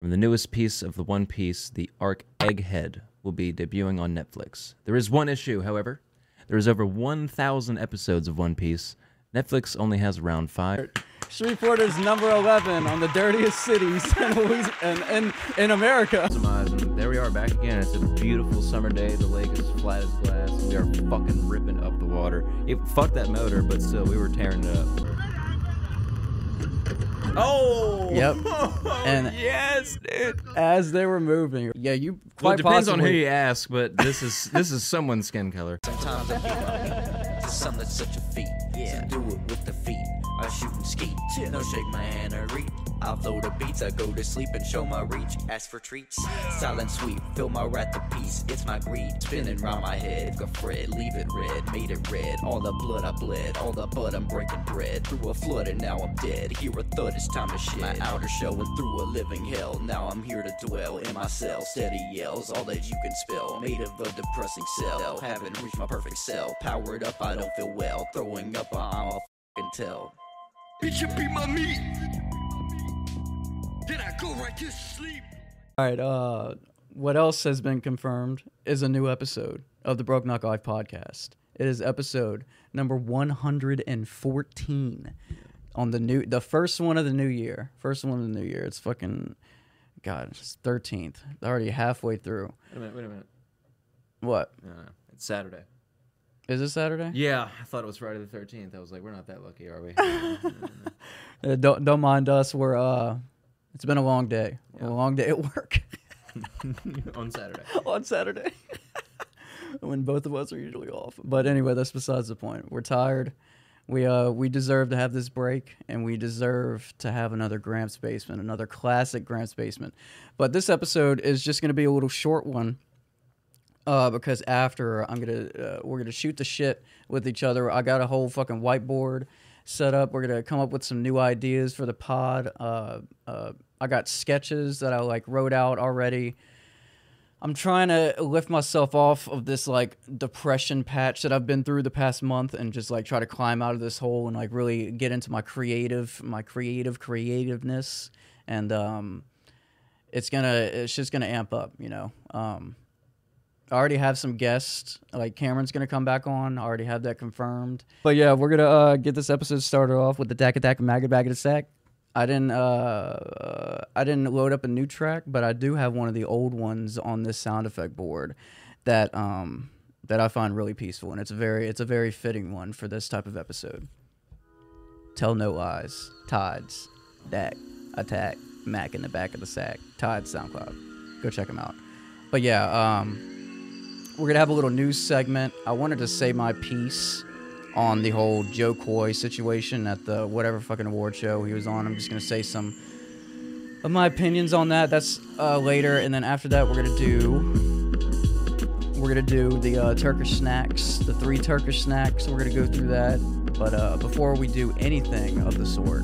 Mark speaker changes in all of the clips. Speaker 1: From the newest piece of the One Piece, the arc Egghead will be debuting on Netflix. There is one issue, however. There is over 1,000 episodes of One Piece. Netflix only has around five.
Speaker 2: Shreveport is number 11 on the dirtiest cities in, Louis- in, in, in America.
Speaker 3: And there we are back again. It's a beautiful summer day. The lake is flat as glass. We are fucking ripping up the water. It fucked that motor, but still, we were tearing it up. Oh!
Speaker 2: Yep. And-
Speaker 3: yes, dude.
Speaker 2: As they were moving, yeah, you
Speaker 1: Well, it
Speaker 2: quite
Speaker 1: depends on
Speaker 2: possibly.
Speaker 1: who you ask, but this is this is someone's skin color.
Speaker 4: Sometimes I beat the sun that's such a feat. Yeah. do it with the feet. I shoot and ski. No shake my hand or reach. I flow the beats, I go to sleep and show my reach. Ask for treats, silent sweet, fill my wrath to peace. It's my greed spinning round my head. Go Fred, leave it red, made it red. All the blood I bled, all the blood Uh, I'm breaking bread. Through a flood and now I'm dead. Hear a thud, it's time to shed. My outer shell and through a living hell. Now I'm here to dwell in my cell. Steady yells, all that you can spell. Made of a depressing cell. Haven't reached my perfect cell. Powered up, I don't feel well. Throwing up, I'm a fing tell.
Speaker 5: Bitch, you be my meat. Then I go right to sleep.
Speaker 2: All right, uh, what else has been confirmed is a new episode of the Broke Knock Live podcast. It is episode number 114 on the new, the first one of the new year. First one of the new year. It's fucking, God, it's 13th. Already halfway through.
Speaker 1: Wait a minute, wait a minute.
Speaker 2: What?
Speaker 1: No, no, it's Saturday.
Speaker 2: Is it Saturday?
Speaker 1: Yeah, I thought it was Friday the 13th. I was like, we're not that lucky, are we?
Speaker 2: Uh, don't don't mind us. We're uh, it's been a long day. A long day at work
Speaker 1: on Saturday.
Speaker 2: on Saturday when both of us are usually off. But anyway, that's besides the point. We're tired. We uh we deserve to have this break, and we deserve to have another Gramps basement, another classic Gramps basement. But this episode is just going to be a little short one. uh, because after I'm gonna uh, we're gonna shoot the shit with each other. I got a whole fucking whiteboard set up. We're gonna come up with some new ideas for the pod. Uh, uh, I got sketches that I like wrote out already. I'm trying to lift myself off of this like depression patch that I've been through the past month and just like try to climb out of this hole and like really get into my creative my creative creativeness and um it's gonna it's just gonna amp up, you know. Um I already have some guests. Like Cameron's gonna come back on. I already have that confirmed. But yeah, we're gonna uh, get this episode started off with the Dak Attack Maggot Bag of Sack. I didn't uh, uh, I didn't load up a new track, but I do have one of the old ones on this sound effect board that um that I find really peaceful, and it's a very it's a very fitting one for this type of episode. Tell no lies, Tides, Dak Attack Mac in the back of the sack, Tides SoundCloud. Go check them out. But yeah, um we're gonna have a little news segment. I wanted to say my piece on the whole Joe Coy situation at the whatever fucking award show he was on. I'm just gonna say some of my opinions on that. That's uh, later, and then after that, we're gonna do we're gonna do the uh, Turkish snacks, the three Turkish snacks. We're gonna go through that. But uh, before we do anything of the sort,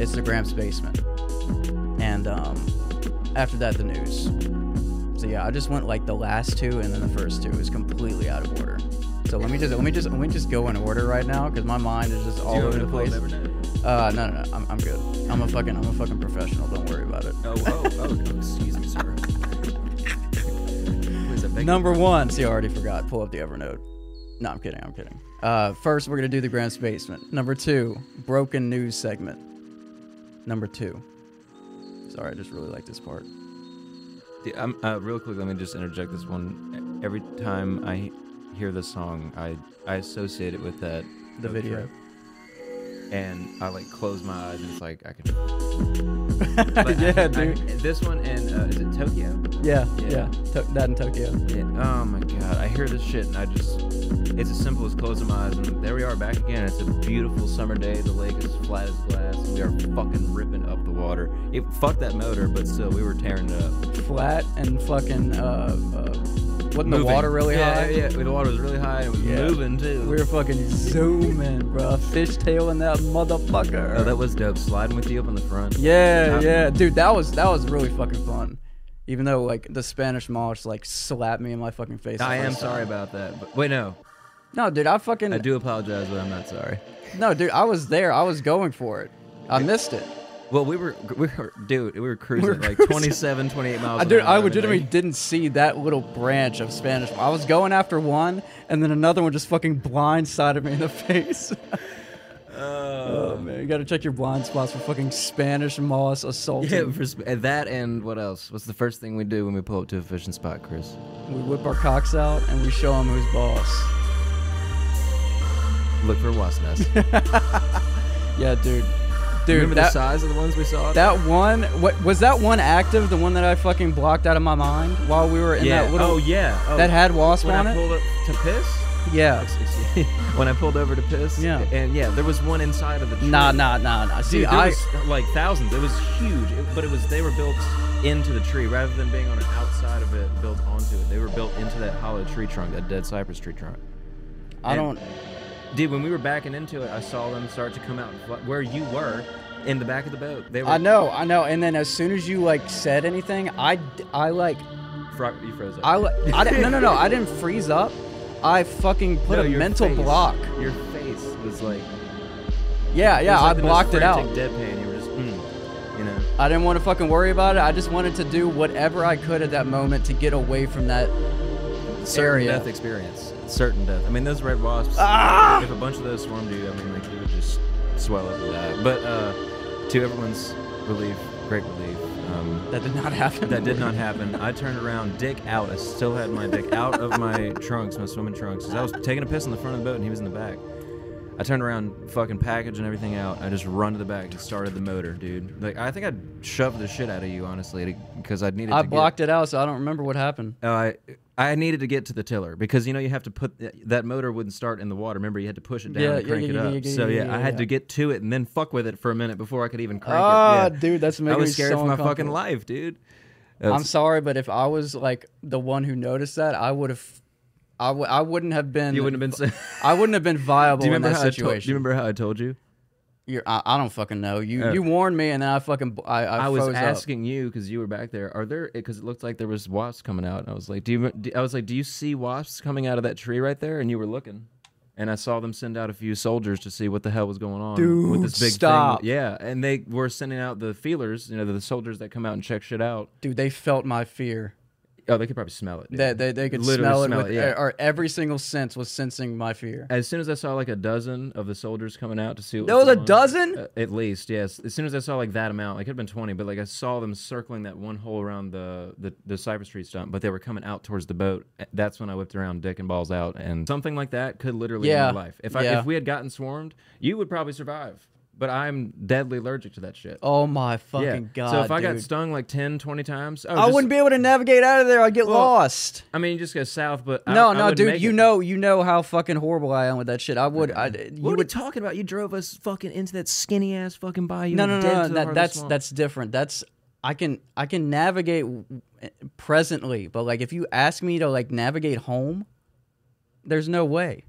Speaker 2: it's the Gramps basement, and um, after that, the news. So yeah, I just went like the last two and then the first two is completely out of order. So let me just let me just let me just go in order right now because my mind is just all over the place. Uh, no, no, no, I'm, I'm good. I'm a fucking I'm a fucking professional. Don't worry about it.
Speaker 3: Oh, oh, oh, excuse me, sir. Please, I beg
Speaker 2: Number one, see, I already forgot. Pull up the Evernote. No, I'm kidding. I'm kidding. Uh, first, we're gonna do the Grant's basement. Number two, broken news segment. Number two. Sorry, I just really like this part.
Speaker 1: Yeah, I'm, uh, real quick, let me just interject this one. Every time I hear this song, I I associate it with that
Speaker 2: The
Speaker 1: boat
Speaker 2: video.
Speaker 1: trip. and I like close my eyes and it's like I can. But
Speaker 2: yeah,
Speaker 1: I- I-
Speaker 2: dude.
Speaker 1: this one and uh, is it Tokyo?
Speaker 2: yeah, yeah.
Speaker 1: Yeah.
Speaker 2: To- that in Tokyo.
Speaker 1: Yeah, oh my god, I hear this shit and I just. It's as simple as closing my eyes and there we are back again. It's a beautiful summer day. The lake is flat as glass. We are fucking ripping up the water. It fucked that motor, but still, we were tearing it up.
Speaker 2: Flat and fucking. Uh, uh, wasn't the
Speaker 1: Moving.
Speaker 2: water really
Speaker 1: yeah,
Speaker 2: high?
Speaker 1: Yeah, the water was really high and it was
Speaker 2: Yeah.
Speaker 1: moving too.
Speaker 2: We were fucking zooming, bro. Fishtailing that motherfucker.
Speaker 1: Oh, that was dope. Sliding with you up on the front.
Speaker 2: yeah,
Speaker 1: Uh,
Speaker 2: yeah, dude. That was that was really fucking fun. Even though like the Spanish mosh like slapped me in my fucking face. the
Speaker 1: I am
Speaker 2: first time.
Speaker 1: sorry about that. But wait, no.
Speaker 2: No, dude. I fucking.
Speaker 1: I do apologize, but I'm not sorry.
Speaker 2: No, dude. I was there. I was going for it. I missed it.
Speaker 1: Well, we were, we were, dude, we were cruising,
Speaker 2: were
Speaker 1: at, like
Speaker 2: cruising.
Speaker 1: 27, 28 miles.
Speaker 2: I
Speaker 1: an
Speaker 2: did.
Speaker 1: hour
Speaker 2: I
Speaker 1: and
Speaker 2: legitimately
Speaker 1: everything.
Speaker 2: didn't see that little branch of Spanish. I was going after one, and then another one just fucking blindsided me in the face.
Speaker 1: Uh.
Speaker 2: oh man, you gotta check your blind spots for fucking Spanish moss
Speaker 1: Yeah,
Speaker 2: assaulting.
Speaker 1: for, sp- and that and what else? What's the first thing we do when we pull up to a fishing spot, Chris?
Speaker 2: We whip our cocks out and we show them who's boss.
Speaker 1: Look for a wasp nest.
Speaker 2: Yeah, dude. Dude,
Speaker 1: Remember the
Speaker 2: that,
Speaker 1: size of the ones we saw?
Speaker 2: that one. What was that one active? The one that I fucking blocked out of my mind while we were in
Speaker 1: yeah.
Speaker 2: that little.
Speaker 1: oh yeah. Oh,
Speaker 2: That had wasp
Speaker 1: when
Speaker 2: on
Speaker 1: I
Speaker 2: it.
Speaker 1: pulled up to piss.
Speaker 2: Yeah.
Speaker 1: when I pulled over to piss.
Speaker 2: Yeah.
Speaker 1: And yeah, there was one inside of the. Tree.
Speaker 2: Nah, nah, nah, nah. See,
Speaker 1: Dude, there
Speaker 2: I.
Speaker 1: was, like thousands. It was huge, It- but it was they were built into the tree rather than being on an outside of it, built onto it. They were built into that hollow tree trunk, that dead cypress tree trunk.
Speaker 2: I don't.
Speaker 1: Dude, when we were backing into it, I saw them start to come out and fly, where you were in the back of the boat. They were.
Speaker 2: I know, I know. And then as soon as you like said anything, I, d- I like,
Speaker 1: Fro- you froze up.
Speaker 2: I, li- I didn't, no, no, no. I didn't freeze up. I fucking put
Speaker 1: No,
Speaker 2: a
Speaker 1: your
Speaker 2: mental
Speaker 1: face-
Speaker 2: block.
Speaker 1: Your face was like.
Speaker 2: Yeah,
Speaker 1: it was
Speaker 2: yeah.
Speaker 1: like
Speaker 2: I
Speaker 1: the most
Speaker 2: blocked it out.
Speaker 1: frantic Deadpan. You were just. Mm, you know.
Speaker 2: I didn't want to fucking worry about it. I just wanted to do whatever I could at that moment to get away from that.
Speaker 1: certain
Speaker 2: area.
Speaker 1: death experience. Certain death. I mean, those red wasps.
Speaker 2: Ah!
Speaker 1: If a bunch of those swarmed you, I mean, like you would just swell up with that. But uh, to everyone's relief, great relief, um,
Speaker 2: That did not happen.
Speaker 1: that did not happen. I turned around, dick out. I still had my dick out of my trunks, my swimming trunks, 'cause I was taking a piss in the front of the boat and he was in the back. I turned around, fucking package and everything out. I just run to the back and started the motor, dude. Like I think I shoved the shit out of you, honestly, because I needed.
Speaker 2: I
Speaker 1: to get,
Speaker 2: blocked it out, so I don't remember what happened.
Speaker 1: Oh, I I needed to get to the tiller because you know you have to put that motor wouldn't start in the water. Remember you had to push it down
Speaker 2: Yeah,
Speaker 1: and
Speaker 2: yeah,
Speaker 1: crank
Speaker 2: yeah,
Speaker 1: it
Speaker 2: yeah,
Speaker 1: up.
Speaker 2: yeah, yeah,
Speaker 1: so yeah,
Speaker 2: yeah,
Speaker 1: I had
Speaker 2: yeah.
Speaker 1: to get to it and then fuck with it for a minute before I could even crank
Speaker 2: Ah,
Speaker 1: it. Yeah.
Speaker 2: dude, that's making
Speaker 1: I
Speaker 2: me
Speaker 1: was scared
Speaker 2: so
Speaker 1: for my fucking
Speaker 2: uncomfortable.
Speaker 1: life, dude.
Speaker 2: I'm sorry, but if I was like the one who noticed that, I would have, I w- I wouldn't have been.
Speaker 1: You wouldn't have been. So,
Speaker 2: I wouldn't have been viable
Speaker 1: do you
Speaker 2: in
Speaker 1: remember
Speaker 2: that
Speaker 1: how
Speaker 2: situation.
Speaker 1: I told, Do you remember how I told you?
Speaker 2: You're, I, I don't fucking know. You
Speaker 1: Oh.
Speaker 2: you warned me, and then I fucking b- I I,
Speaker 1: I was
Speaker 2: froze
Speaker 1: asking you because you were back there. Are there? Because it looked like there was wasps coming out, and I was like, "Do you?" do- I was like, "Do you see wasps coming out of that tree right there?" And you were looking, and I saw them send out a few soldiers to see what the hell was going on with this
Speaker 2: Dude,
Speaker 1: big
Speaker 2: stop.
Speaker 1: thing. Yeah, and they were sending out the feelers, you know, the soldiers that come out and check shit out.
Speaker 2: up. dude. They felt my fear.
Speaker 1: Oh, they could probably smell it. dude.
Speaker 2: That they, they, could
Speaker 1: Literally
Speaker 2: smell it,
Speaker 1: smell
Speaker 2: with, e,
Speaker 1: it, yeah.
Speaker 2: or every single sense was sensing my fear.
Speaker 1: As soon as I saw like a dozen of the soldiers coming out to see, what
Speaker 2: There was a
Speaker 1: going on-
Speaker 2: dozen?
Speaker 1: Uh, at least, yes. As soon as I saw like that amount, like it had been twenty, but like I saw them circling that one hole around the the, the Cypress Street stump, but they were coming out towards the boat. Uh, That's when I whipped around, dick and balls out, and something like that could literally
Speaker 2: Yeah.
Speaker 1: end your life. If I,
Speaker 2: Yeah.
Speaker 1: if we had gotten swarmed, you would probably survive, but I'm deadly allergic to that shit.
Speaker 2: Oh my fucking
Speaker 1: yeah.
Speaker 2: god!
Speaker 1: so if I got
Speaker 2: dude.
Speaker 1: stung like 10, 20 times, oh,
Speaker 2: I wouldn't be able to navigate out of there. I'd get lost.
Speaker 1: I mean, you just go south, but I-
Speaker 2: No,
Speaker 1: I
Speaker 2: no,
Speaker 1: would
Speaker 2: dude.
Speaker 1: make
Speaker 2: You
Speaker 1: it.
Speaker 2: know, you know how fucking horrible I am with that shit. I would, I, you
Speaker 1: What are we
Speaker 2: would.
Speaker 1: talking about? You drove us fucking into that skinny ass fucking bayou.
Speaker 2: No, no,
Speaker 1: dead
Speaker 2: no,
Speaker 1: to
Speaker 2: no.
Speaker 1: the heart
Speaker 2: That,
Speaker 1: of the
Speaker 2: that's
Speaker 1: swamp.
Speaker 2: that's different. That's I can I can navigate w- w- presently, but like if you ask me to like navigate home, there's no way.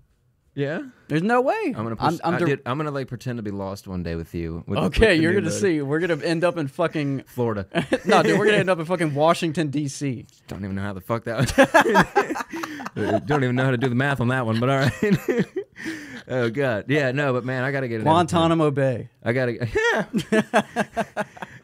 Speaker 1: yeah.
Speaker 2: There's no way.
Speaker 1: I'm gonna. Push,
Speaker 2: I'm,
Speaker 1: I-
Speaker 2: dir-
Speaker 1: dude, I'm gonna like pretend to be lost one day with you. with- with
Speaker 2: Okay,
Speaker 1: the
Speaker 2: you're
Speaker 1: new
Speaker 2: gonna
Speaker 1: motor.
Speaker 2: see. We're gonna end up in fucking.
Speaker 1: Florida.
Speaker 2: No, dude, we're gonna end up in fucking Washington D.C.
Speaker 1: Don't even know how the fuck that. Don't even know how to do the math on that one. But all right. oh god. Yeah. No. But man, I gotta get it. in.
Speaker 2: Guantanamo Bay.
Speaker 1: I gotta.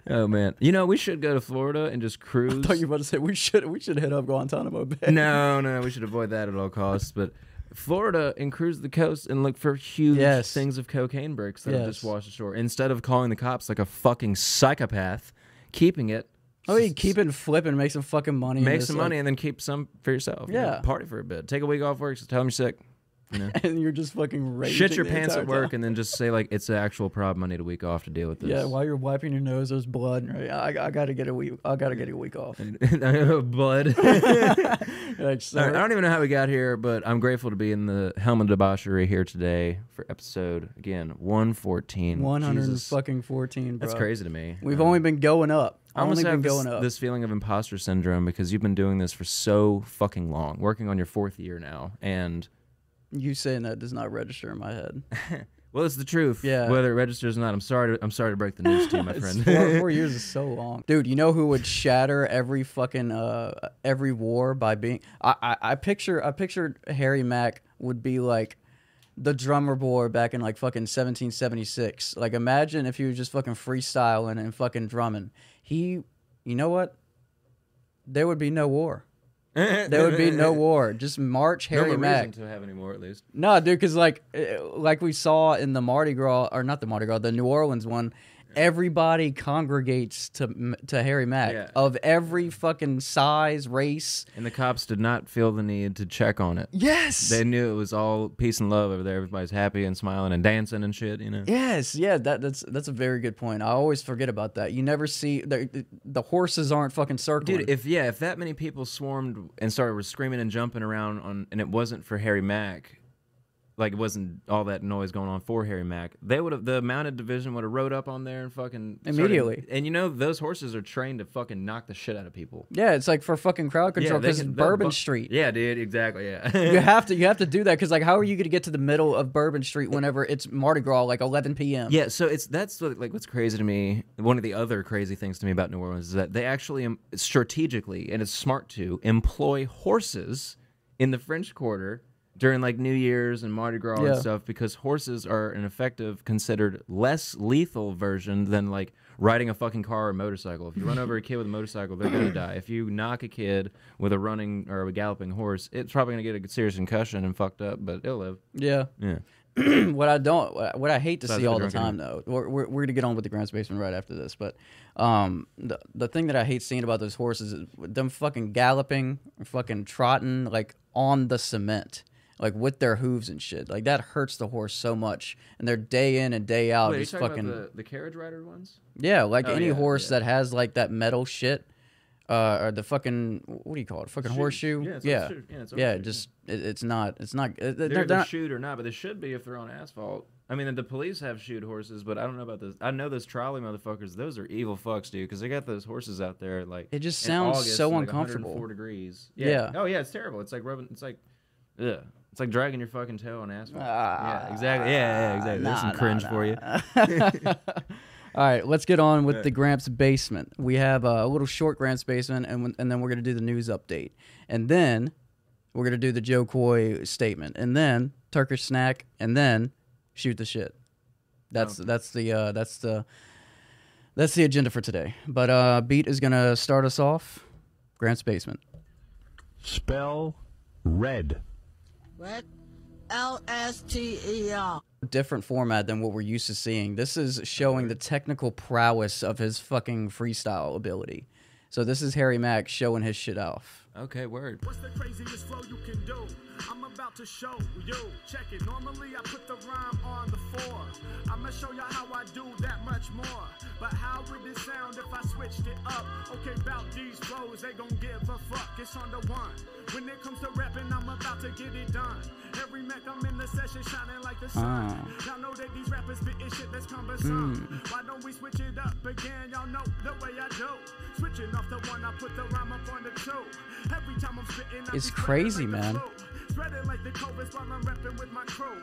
Speaker 1: oh man. You know we should go to Florida and just cruise.
Speaker 2: Thought you were about to say we should we should hit up Guantanamo Bay.
Speaker 1: no, no, we should avoid that at all costs. But Florida and cruise the coast and look for huge
Speaker 2: Yes.
Speaker 1: things of cocaine bricks that have just
Speaker 2: Yes.
Speaker 1: washed ashore. Instead of calling the cops like a fucking psychopath, keeping it.
Speaker 2: Oh, you keep it flipping, make some fucking money. and
Speaker 1: Make
Speaker 2: just,
Speaker 1: some
Speaker 2: like-
Speaker 1: money and then keep some for yourself. you know,
Speaker 2: Yeah.
Speaker 1: party for a bit. Take a week off work. Just tell them you're sick.
Speaker 2: and you're just fucking raging.
Speaker 1: Shit your
Speaker 2: the
Speaker 1: pants at
Speaker 2: entire
Speaker 1: work
Speaker 2: time.
Speaker 1: and then just say like it's an actual problem. I need a week off to deal with this.
Speaker 2: Yeah, while you're wiping your nose, there's blood. and you're like, I, I gotta get a week. I gotta get a week off.
Speaker 1: Bud.
Speaker 2: Like, so-
Speaker 1: All right, I don't even know how we got here, but I'm grateful to be in the helm of debauchery here today for episode again 114.
Speaker 2: 100
Speaker 1: Jesus,
Speaker 2: fucking 14, bro.
Speaker 1: That's crazy to me. Uh,
Speaker 2: We've only been going up.
Speaker 1: I almost
Speaker 2: Only been
Speaker 1: have this,
Speaker 2: going up.
Speaker 1: this feeling of imposter syndrome because you've been doing this for so fucking long, working on your fourth year now, and
Speaker 2: You saying that does not register in my head.
Speaker 1: well, it's the truth.
Speaker 2: Yeah.
Speaker 1: Whether it registers or not, I'm sorry. To, I'm sorry to break the news to you, my friend.
Speaker 2: four, four years is so long, dude. You know who would shatter every fucking uh every war by being? I I, I picture I picture Harry Mack would be like the drummer boy back in like fucking 1776. Like, imagine if he was just fucking freestyling and fucking drumming. He, you know what? There would be no war. There would be no war. Just march
Speaker 1: No
Speaker 2: Harry
Speaker 1: more
Speaker 2: Mack.
Speaker 1: reason to have anymore, at least.
Speaker 2: No, dude, because like, eh, like we saw in the Mardi Gras, or not the Mardi Gras, the New Orleans one, everybody congregates to M- to Harry Mack
Speaker 1: Yeah.
Speaker 2: of every fucking size, race.
Speaker 1: And the cops did not feel the need to check on it.
Speaker 2: Yes,
Speaker 1: They knew it was all peace and love over there. Everybody's happy and smiling and dancing and shit, you know?
Speaker 2: Yes, yeah, that, that's that's a very good point. I always forget about that. You never see the the horses aren't fucking circling.
Speaker 1: Dude, if yeah, if that many people swarmed and started were screaming and jumping around on, and it wasn't for Harry Mack, like it wasn't all that noise going on for Harry Mack, they would have the mounted division would have rode up on there and fucking started-
Speaker 2: Immediately.
Speaker 1: and you know those horses are trained to fucking knock the shit out of people.
Speaker 2: yeah, it's like for fucking crowd control
Speaker 1: they
Speaker 2: because
Speaker 1: can- they'll
Speaker 2: Bourbon
Speaker 1: bu-
Speaker 2: Street.
Speaker 1: Yeah, dude, exactly.
Speaker 2: You
Speaker 1: Yeah.
Speaker 2: have to you have to do that because like how are you going to get to the middle of Bourbon Street whenever it's Mardi Gras like 11 p.m.
Speaker 1: Yeah, so it's that's what, like what's crazy to me. One of the other crazy things to me about New Orleans is that they actually um, strategically and it's smart to employ horses in the French Quarter during like New Year's and Mardi Gras
Speaker 2: Yeah.
Speaker 1: and stuff because horses are an effective, considered less lethal version than like riding a fucking car or motorcycle. If you run over a kid with a motorcycle, they're gonna die. If you knock a kid with a running or a galloping horse, it's probably gonna get a serious concussion and fucked up, but it'll live.
Speaker 2: Yeah.
Speaker 1: Yeah.
Speaker 2: what I don't, what I- what I hate to
Speaker 1: Besides
Speaker 2: see
Speaker 1: the
Speaker 2: all the
Speaker 1: drunken
Speaker 2: time though, we're, we're, we're gonna get on with the grounds basement right after this, but um, the the thing that I hate seeing about those horses is them fucking galloping, fucking trotting like on the cement, like with their hooves and shit. Like that hurts the horse so much, and they're day in and day out just fucking
Speaker 1: the, the carriage rider ones?
Speaker 2: yeah, like any
Speaker 1: Oh, yeah,
Speaker 2: horse
Speaker 1: yeah.
Speaker 2: that has like that metal shit, uh, or the fucking what do you call it, fucking horseshoe?
Speaker 1: Yeah, it's
Speaker 2: yeah,
Speaker 1: horseshoe. Yeah, it's
Speaker 2: yeah,
Speaker 1: horseshoe,
Speaker 2: just it, it's not, it's not. They're,
Speaker 1: They're,
Speaker 2: they're
Speaker 1: either
Speaker 2: not
Speaker 1: shoot or not, but they should be if they're on asphalt. I mean, the police have shoot horses, but I don't know about those. I know those trolley motherfuckers; those are evil fucks, dude, because they got those horses out there like.
Speaker 2: It just
Speaker 1: in
Speaker 2: sounds
Speaker 1: August
Speaker 2: so
Speaker 1: in, like
Speaker 2: uncomfortable.
Speaker 1: 104 degrees.
Speaker 2: Yeah.
Speaker 1: Oh yeah, it's terrible. It's like rubbing. It's like, ugh. It's like dragging your fucking toe on asphalt.
Speaker 2: Ah.
Speaker 1: yeah, exactly. Yeah, yeah, exactly. There's some cringe for you.
Speaker 2: All right, let's get on with the Gramps basement. We have uh, a little short Gramps basement, and when- and then we're gonna do the news update, and then we're gonna do the Joe Coy statement, and then Turkish snack, and then shoot the shit. That's that's the uh, that's the that's the agenda for today. But uh, Beat is gonna start us off. Gramps basement.
Speaker 6: Spell red.
Speaker 5: What? L S T E R.
Speaker 2: different format than what we're used to seeing. This is showing the technical prowess of his fucking freestyle ability. So this is Harry Mack showing his shit off.
Speaker 1: Okay, word.
Speaker 7: What's the craziest flow you can do? I'm about to show you. Check it. Normally I put the rhyme on the four. I'ma show you how I do that much more. But how would it sound if I switched it up? Okay, about these flows, they gon' give a fuck. It's on the one. When it comes to rapping, I'm about to get it done. Every Mac I'm in the session shining like the sun.
Speaker 2: Ah.
Speaker 7: Y'all know that these rappers spitting shit that's cumbersome.
Speaker 2: Mm.
Speaker 7: Why don't we switch it up again? Y'all know the way I do. Switching off the one, I put the rhyme up on the two. Every time I'm spitting, I
Speaker 2: It's
Speaker 7: be spreading
Speaker 2: crazy,
Speaker 7: like the
Speaker 2: man.
Speaker 7: flu. Spreading like the COVID while I'm repping with my crew.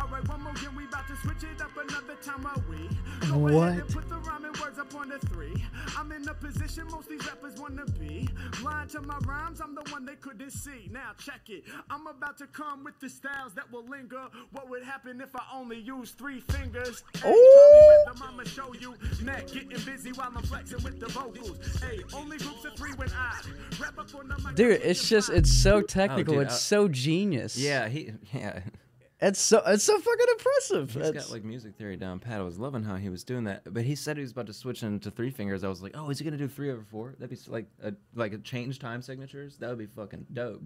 Speaker 7: All right, one more game, we about to switch it up another time, are we? Go ahead and
Speaker 2: What?
Speaker 7: put the rhyming words up on the three. I'm in a position most these rappers wanna be. Blind to my rhymes, I'm the one they couldn't see. Now check it. I'm about to come with the styles that will linger. What would happen if I only use three fingers? Hey, call me rhythm, I'ma show you. Neck getting busy while I'm flexing with the vocals. Hey, only groups of three when I rap up on the mic.
Speaker 2: Dude, it's just it's so technical.
Speaker 1: Oh, dude,
Speaker 2: it's
Speaker 1: I-
Speaker 2: so genius.
Speaker 1: Yeah, he. Yeah.
Speaker 2: It's so it's so fucking impressive.
Speaker 1: He's
Speaker 2: That's-
Speaker 1: got like music theory down pat. I was loving how he was doing that, but he said he was about to switch into three fingers. I was like, oh, is he gonna do three over four? That'd be s- like a like a change time signatures. That would be fucking dope.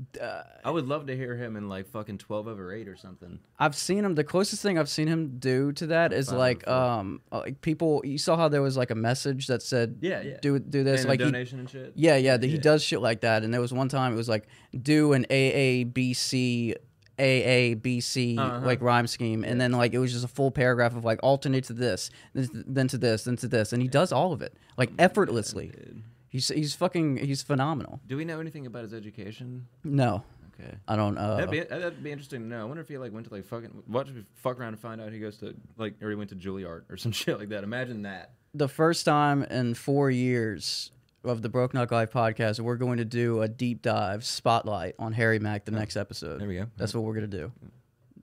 Speaker 1: I would love to hear him in like fucking twelve over eight or something.
Speaker 2: I've seen him. The closest thing I've seen him do to that is
Speaker 1: Five
Speaker 2: like
Speaker 1: out of four.
Speaker 2: um uh, like people. You saw how there was like a message that said
Speaker 1: Yeah, yeah.
Speaker 2: do do this
Speaker 1: and
Speaker 2: like
Speaker 1: a
Speaker 2: he-
Speaker 1: donation and shit.
Speaker 2: Yeah, yeah, that he does shit like that. And there was one time it was like do an AABC AABC
Speaker 1: Uh-huh.
Speaker 2: like rhyme scheme, and then like it was just a full paragraph of like alternate to this, this then to this, then to this, and he does all of it like effortlessly. He's he's fucking he's phenomenal.
Speaker 1: Do we know anything about his education?
Speaker 2: No,
Speaker 1: Okay.
Speaker 2: I don't. Uh,
Speaker 1: That'd be that'd be interesting to know. I wonder if he like went to like fucking watch fuck around and find out he goes to like or he went to Juilliard or some shit like that. Imagine that.
Speaker 2: the first time in four years of the Broke Knock Life podcast, we're going to do a deep dive spotlight on Harry Mack the next episode.
Speaker 1: there we go.
Speaker 2: That's what we're gonna do.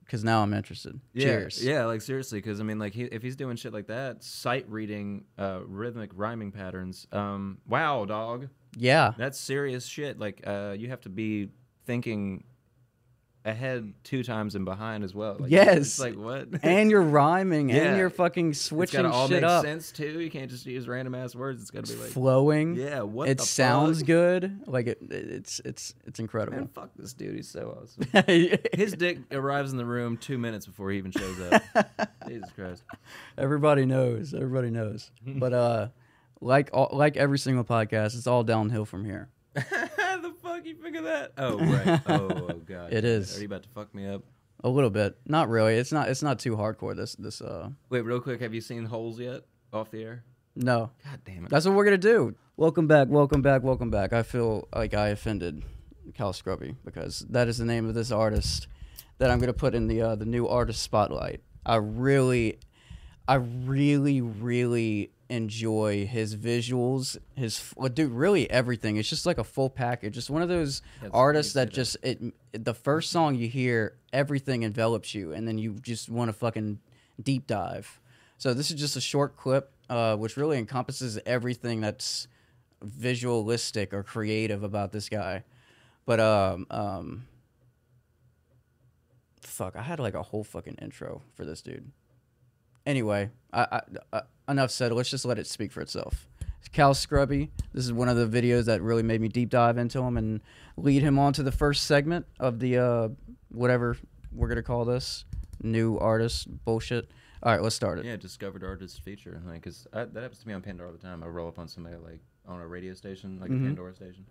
Speaker 2: because now I'm interested.
Speaker 1: Yeah,
Speaker 2: Cheers.
Speaker 1: Yeah, like seriously, because I mean, like he, if he's doing shit like that, sight reading, uh, rhythmic rhyming patterns. Um, wow, dog,
Speaker 2: Yeah.
Speaker 1: that's serious shit. Like, uh, you have to be thinking ahead two times and behind as well. Like,
Speaker 2: Yes.
Speaker 1: it's like what?
Speaker 2: and you're rhyming
Speaker 1: Yeah.
Speaker 2: and you're fucking
Speaker 1: it's
Speaker 2: switching
Speaker 1: gotta all
Speaker 2: shit
Speaker 1: make
Speaker 2: up.
Speaker 1: sense too. You can't just use random ass words. It's gotta be like,
Speaker 2: Flowing.
Speaker 1: yeah, what?
Speaker 2: it
Speaker 1: the
Speaker 2: sounds
Speaker 1: fuck?
Speaker 2: good. Like it, it's it's it's
Speaker 1: Man,
Speaker 2: incredible.
Speaker 1: fuck this dude. He's so awesome.
Speaker 2: Everybody
Speaker 1: His dick arrives in the room two minutes before he even shows up. Jesus Christ.
Speaker 2: knows. Everybody knows. But uh, like all, like every single podcast, it's all downhill from here.
Speaker 1: How the fuck you figure that? Oh right. Oh, oh god.
Speaker 2: It is.
Speaker 1: Are you about to fuck me up?
Speaker 2: A little bit. Not really. It's not it's not too hardcore. This this uh
Speaker 1: Wait, real quick. Have you seen Holes yet? Off the air.
Speaker 2: no.
Speaker 1: God damn it.
Speaker 2: That's what we're gonna do. Welcome back, welcome back, welcome back. I feel like I offended Cal Scrubby because that is the name of this artist that I'm gonna put in the uh, the new artist spotlight. I really, I really, really enjoy his visuals. His f- well, dude, really everything. It's just like a full package. It's one of those artists that just it, it. The first song you hear, everything envelops you, and then you just want to fucking deep dive. So this is just a short clip, uh, which really encompasses everything that's visualistic or creative about this guy. But um, um, fuck, I had like a whole fucking intro for this dude. Anyway, I, I, I, enough said. Let's just let it speak for itself. Cal Scrubby. This is one of the videos that really made me deep dive into him and lead him on to the first segment of the uh, whatever we're gonna call this new artist bullshit. All right, let's start it.
Speaker 1: Yeah, discovered artist feature. Like, 'cause I, that happens to me on Pandora all the time. I roll up on somebody like on a radio station,
Speaker 2: Mm-hmm.
Speaker 1: like a Pandora station,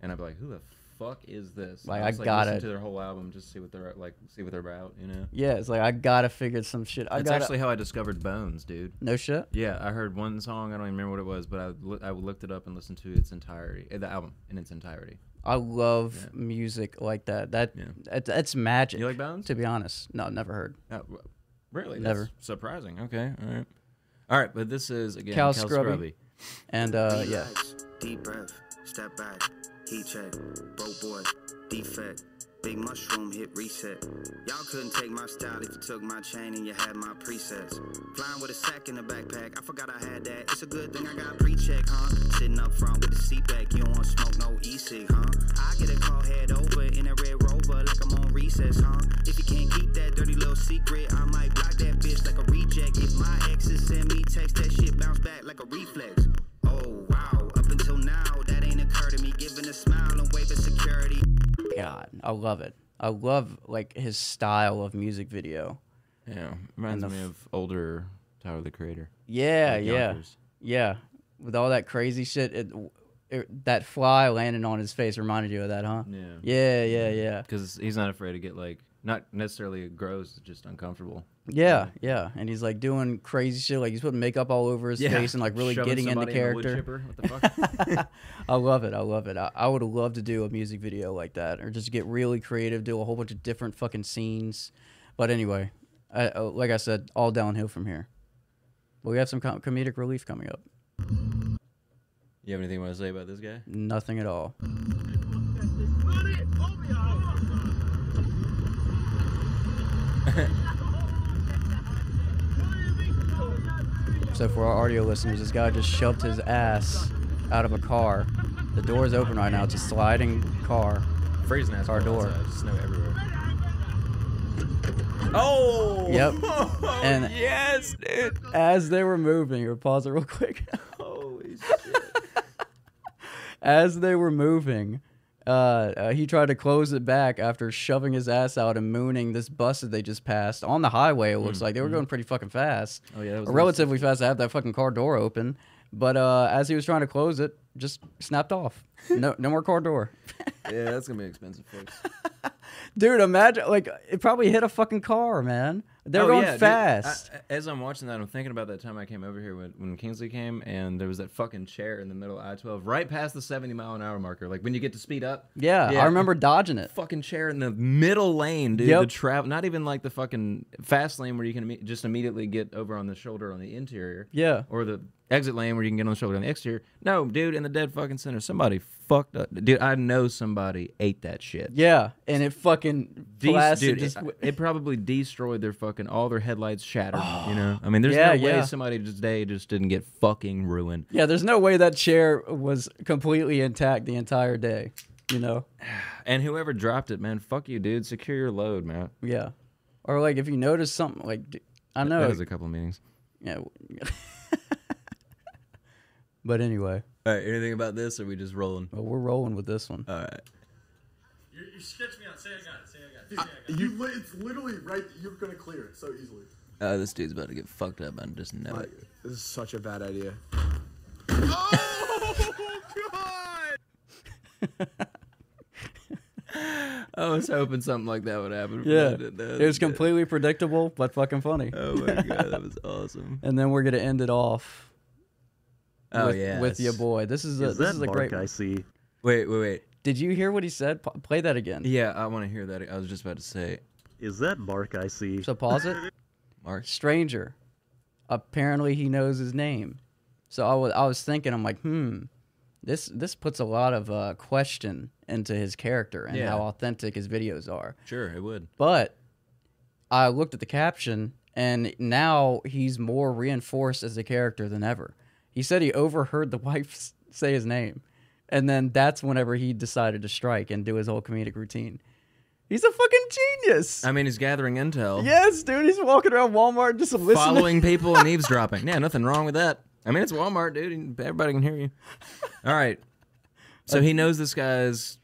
Speaker 1: and I'd be like, "Who the fuck is this?" And
Speaker 2: Like,
Speaker 1: I'll
Speaker 2: I
Speaker 1: just,
Speaker 2: got
Speaker 1: listen
Speaker 2: it.
Speaker 1: to their whole album, just see what they're like, see what they're about. You know,
Speaker 2: Yeah, it's like I gotta figure some shit. I
Speaker 1: that's
Speaker 2: gotta
Speaker 1: actually how I discovered Bones, dude.
Speaker 2: no shit.
Speaker 1: Yeah, I heard one song. I don't even remember what it was, but I, loo- I looked it up and listened to its entirety, eh, the album in its entirety.
Speaker 2: I love music like that. That
Speaker 1: Yeah.
Speaker 2: that- that's magic.
Speaker 1: You like Bones?
Speaker 2: To be honest, no, never heard.
Speaker 1: Uh, w- really?
Speaker 2: Never.
Speaker 1: That's surprising. Okay. All right. All right, but this is again
Speaker 2: Cal
Speaker 1: Cal,
Speaker 2: Scrubby.
Speaker 1: Scrubby.
Speaker 2: And uh, yeah,
Speaker 8: Deep breath, step back, heat check, broke boy, defect, big mushroom, hit reset. Y'all couldn't take my style if you took my chain and you had my presets. Flying with a sack in the backpack, I forgot I had that. It's a good thing I got pre check, huh? Sitting up front with the seat back, you don't want smoke no e cig, huh? I get a call head over in a red rover like I'm on recess, huh? If you can't keep that dirty little secret, I might block that bitch like a reject. If my exes send me text, that shit bounce back like a reflex. Oh wow, up until now, that ain't occurred to me. Giving a smile and waving security.
Speaker 2: God, I love it. I love like his style of music video.
Speaker 1: Yeah, reminds me of older Tyler the Creator.
Speaker 2: Yeah,
Speaker 1: Like
Speaker 2: Uh, yeah,
Speaker 1: Yonkers.
Speaker 2: yeah. With all that crazy shit, it, it that fly landing on his face reminded you of that, huh?
Speaker 1: Yeah.
Speaker 2: Yeah, yeah, yeah,
Speaker 1: Because he's not afraid to get like not necessarily gross, just uncomfortable.
Speaker 2: yeah, yeah. And he's like doing crazy shit, like he's putting makeup all over his face and like really
Speaker 1: Shoving
Speaker 2: getting into
Speaker 1: somebody in a wood chipper.
Speaker 2: character.
Speaker 1: What the fuck?
Speaker 2: I love it. I love it. I, I would love to do a music video like that, or just get really creative, do a whole bunch of different fucking scenes. But anyway, I, uh, like I said, all downhill from here. But we have some com- comedic relief coming up.
Speaker 1: you have anything you want to say about this guy?
Speaker 2: Nothing at all. So for our audio listeners, this guy just shoved his ass out of a car. The door is open right now. It's a sliding car.
Speaker 1: Freezing ass
Speaker 2: Car
Speaker 1: cold
Speaker 2: door.
Speaker 1: outside, Snow everywhere. Oh.
Speaker 2: Yep.
Speaker 1: Oh,
Speaker 2: And-
Speaker 1: yes, dude.
Speaker 2: As they were moving, here, pause it real quick.
Speaker 1: Holy shit.
Speaker 2: As they were moving, uh, uh, he tried to close it back after shoving his ass out and mooning this bus that they just passed on the highway. It looks like they were going pretty fucking fast.
Speaker 1: Mm, mm-hmm. Oh, yeah, that was
Speaker 2: Or
Speaker 1: nice.
Speaker 2: relatively fast to have that fucking car door open. But uh, as he was trying to close it, just snapped off. No, no more car door.
Speaker 1: yeah, that's gonna be expensive, folks.
Speaker 2: Dude, imagine like it probably hit a fucking car, man. They're
Speaker 1: Oh,
Speaker 2: going
Speaker 1: yeah, dude.
Speaker 2: fast.
Speaker 1: I- as I'm watching that, I'm thinking about that time I came over here when, when Kingsley came, and there was that fucking chair in the middle of I-12, right past the 70 mile an hour marker. Like when you get to speed up.
Speaker 2: yeah, I remember dodging it.
Speaker 1: Fucking chair in the middle lane, dude.
Speaker 2: Yep.
Speaker 1: The travel, not even like the fucking fast lane where you can imme- just immediately get over on the shoulder on the interior.
Speaker 2: Yeah.
Speaker 1: Or the exit lane where you can get on the shoulder on the exterior. No, dude, in the dead fucking center. Somebody fucked up. Dude, I know somebody ate that shit.
Speaker 2: Yeah, and it fucking
Speaker 1: These-
Speaker 2: blasted.
Speaker 1: dude,
Speaker 2: Just,
Speaker 1: it, it probably destroyed their fucking all their headlights shattered. you know, I mean, there's
Speaker 2: Oh, Yeah,
Speaker 1: no way
Speaker 2: yeah.
Speaker 1: somebody today just didn't get fucking ruined.
Speaker 2: yeah, there's no way that chair was completely intact the entire day. You know?
Speaker 1: And whoever dropped it, man, fuck you, dude. Secure your load, man.
Speaker 2: Yeah. Or like if you notice something, like d- I know.
Speaker 1: That was a couple meetings.
Speaker 2: yeah. w- but anyway,
Speaker 1: All right, anything about this? Or are we just rolling?
Speaker 2: well, we're rolling with this one.
Speaker 1: All right.
Speaker 7: You, you sketched me out. Say I got it. Say I got it. Say I got
Speaker 9: You, li- it's literally right. You're gonna clear it so easily.
Speaker 1: Oh, this dude's about to get fucked up. I just know
Speaker 9: Like, this is such a bad idea.
Speaker 1: I was hoping something like that would happen.
Speaker 2: Yeah, it was completely predictable, but fucking funny.
Speaker 1: Oh my god, that was awesome.
Speaker 2: And then we're gonna end it off
Speaker 1: Oh
Speaker 2: with,
Speaker 1: yeah,
Speaker 2: with your boy. This is a
Speaker 10: Is
Speaker 2: this
Speaker 10: that
Speaker 2: is a
Speaker 10: bark
Speaker 2: great.
Speaker 10: I see?
Speaker 1: Wait, wait, wait.
Speaker 2: Did you hear what he said? Pa- play that again.
Speaker 1: Yeah, I want to hear that. I was just about to say,
Speaker 10: Is that bark I see?
Speaker 2: So pause it.
Speaker 1: Mark.
Speaker 2: Stranger. Apparently he knows his name. So I was I was thinking I'm like, hmm, this this puts a lot of uh, question into his character and
Speaker 1: Yeah.
Speaker 2: how authentic his videos are.
Speaker 1: Sure, it would.
Speaker 2: But I looked at the caption and now he's more reinforced as a character than ever. He said he overheard the wife s- say his name. And then that's whenever he decided to strike and do his whole comedic routine. He's a fucking genius.
Speaker 1: I mean, he's gathering intel,
Speaker 2: Yes, dude, he's walking around Walmart just listening.
Speaker 1: following people and eavesdropping. Yeah, nothing wrong with that. I mean, it's Walmart, dude. and Everybody can hear you. All right. So he knows this guy's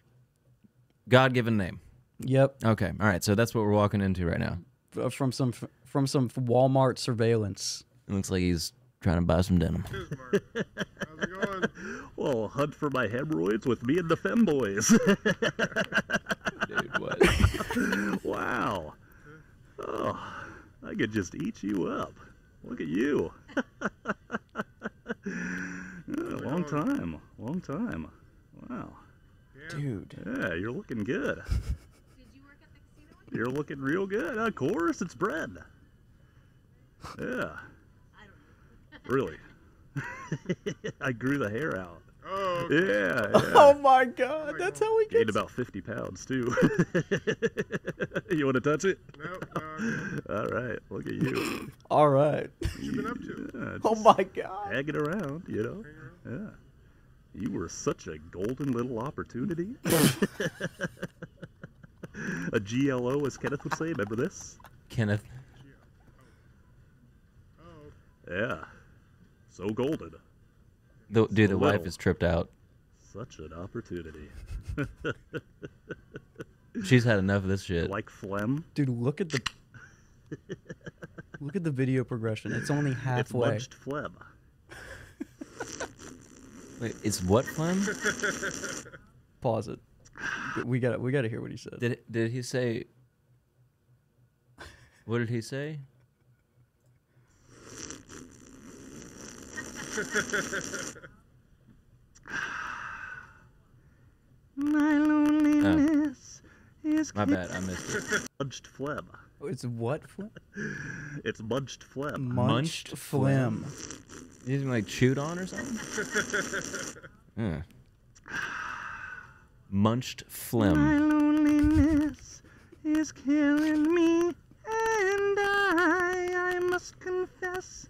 Speaker 1: God-given name.
Speaker 2: Yep,
Speaker 1: Okay. All right. So that's what we're walking into right now.
Speaker 2: f- from some f- from some Walmart surveillance.
Speaker 1: It looks like he's trying to buy some denim.
Speaker 10: Oh, hunt for my hemorrhoids with me and the femboys.
Speaker 1: Dude, what?
Speaker 10: wow. Oh, I could just eat you up. Look at you. Yeah, long time. Long time. Wow.
Speaker 2: Dude,
Speaker 10: Yeah, you're looking good. You're looking real good. Of course, it's bread. Yeah. Really? I grew the hair out.
Speaker 7: Oh,
Speaker 10: Yeah. yeah.
Speaker 2: oh my god, that's how we get.
Speaker 10: Gained about 50 pounds, too. you want to touch it?
Speaker 7: no, no.
Speaker 10: All right. Look at you.
Speaker 2: All right.
Speaker 7: What you been up to?
Speaker 10: Yeah,
Speaker 2: Oh
Speaker 10: just
Speaker 2: my god.
Speaker 10: Hanging around, you know? Yeah. You were such a golden little opportunity. a GLO, as Kenneth would say. Remember this?
Speaker 1: Kenneth.
Speaker 10: Yeah. So golden.
Speaker 1: The, dude, the wife
Speaker 10: Little.
Speaker 1: is tripped out.
Speaker 10: Such an opportunity.
Speaker 1: She's had enough of this shit.
Speaker 10: Like phlegm.
Speaker 2: Dude, look at the look at the video progression. It's only
Speaker 10: It's
Speaker 2: halfway.
Speaker 10: munched phlegm.
Speaker 1: Wait, it's what phlegm?
Speaker 2: Pause it. We got to we got to hear what he said.
Speaker 1: Did did he say? What did he say?
Speaker 10: My loneliness is
Speaker 1: Oh. My bad, I missed it.
Speaker 10: munched phlegm.
Speaker 2: It's what phlegm?
Speaker 10: It's munched phlegm.
Speaker 2: Munched phlegm.
Speaker 1: You didn't like chewed on or something? Yeah. Munched phlegm.
Speaker 10: loneliness is killing me, and I, I must confess,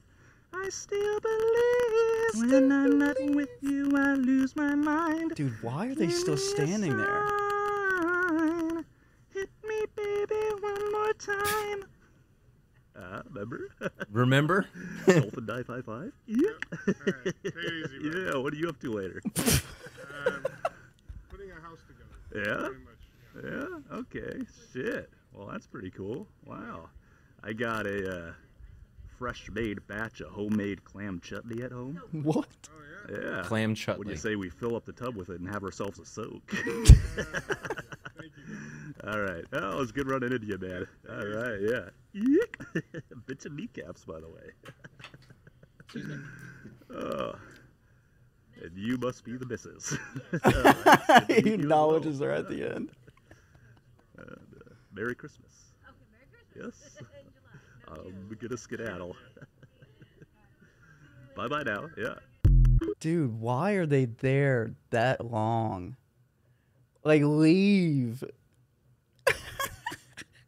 Speaker 10: I still believe. When I'm not with you, I lose my mind.
Speaker 2: Dude, why are they still standing there?
Speaker 10: there. Hit me, baby, one more time. Ah, remember?
Speaker 1: Remember?
Speaker 10: Dolphin Die 5 5? Yeah.
Speaker 7: Alright, take it easy, bro.
Speaker 10: Yeah, what are you up to later?
Speaker 7: Um, putting a house together.
Speaker 10: Yeah?
Speaker 7: Pretty much. Yeah.
Speaker 10: Yeah. Okay. Shit. Well, that's pretty cool. Wow. I got a uh, fresh made batch of homemade clam chutney at home.
Speaker 2: What?
Speaker 7: Oh yeah.
Speaker 10: Yeah.
Speaker 1: Clam
Speaker 10: What do you
Speaker 1: chutney.
Speaker 10: say we fill up the tub with it and have ourselves a soak?
Speaker 7: Thank you. Guys.
Speaker 10: All right. Oh, it was good running into you, man. All right. Yeah. Yeek. Bits of kneecaps, by the way. oh. And you must be the missus.
Speaker 2: he acknowledges her at the end.
Speaker 10: Merry Christmas. Um, Yes. I'm gonna skedaddle. Bye bye now. Yeah.
Speaker 2: Dude, why are they there that long? Like, leave.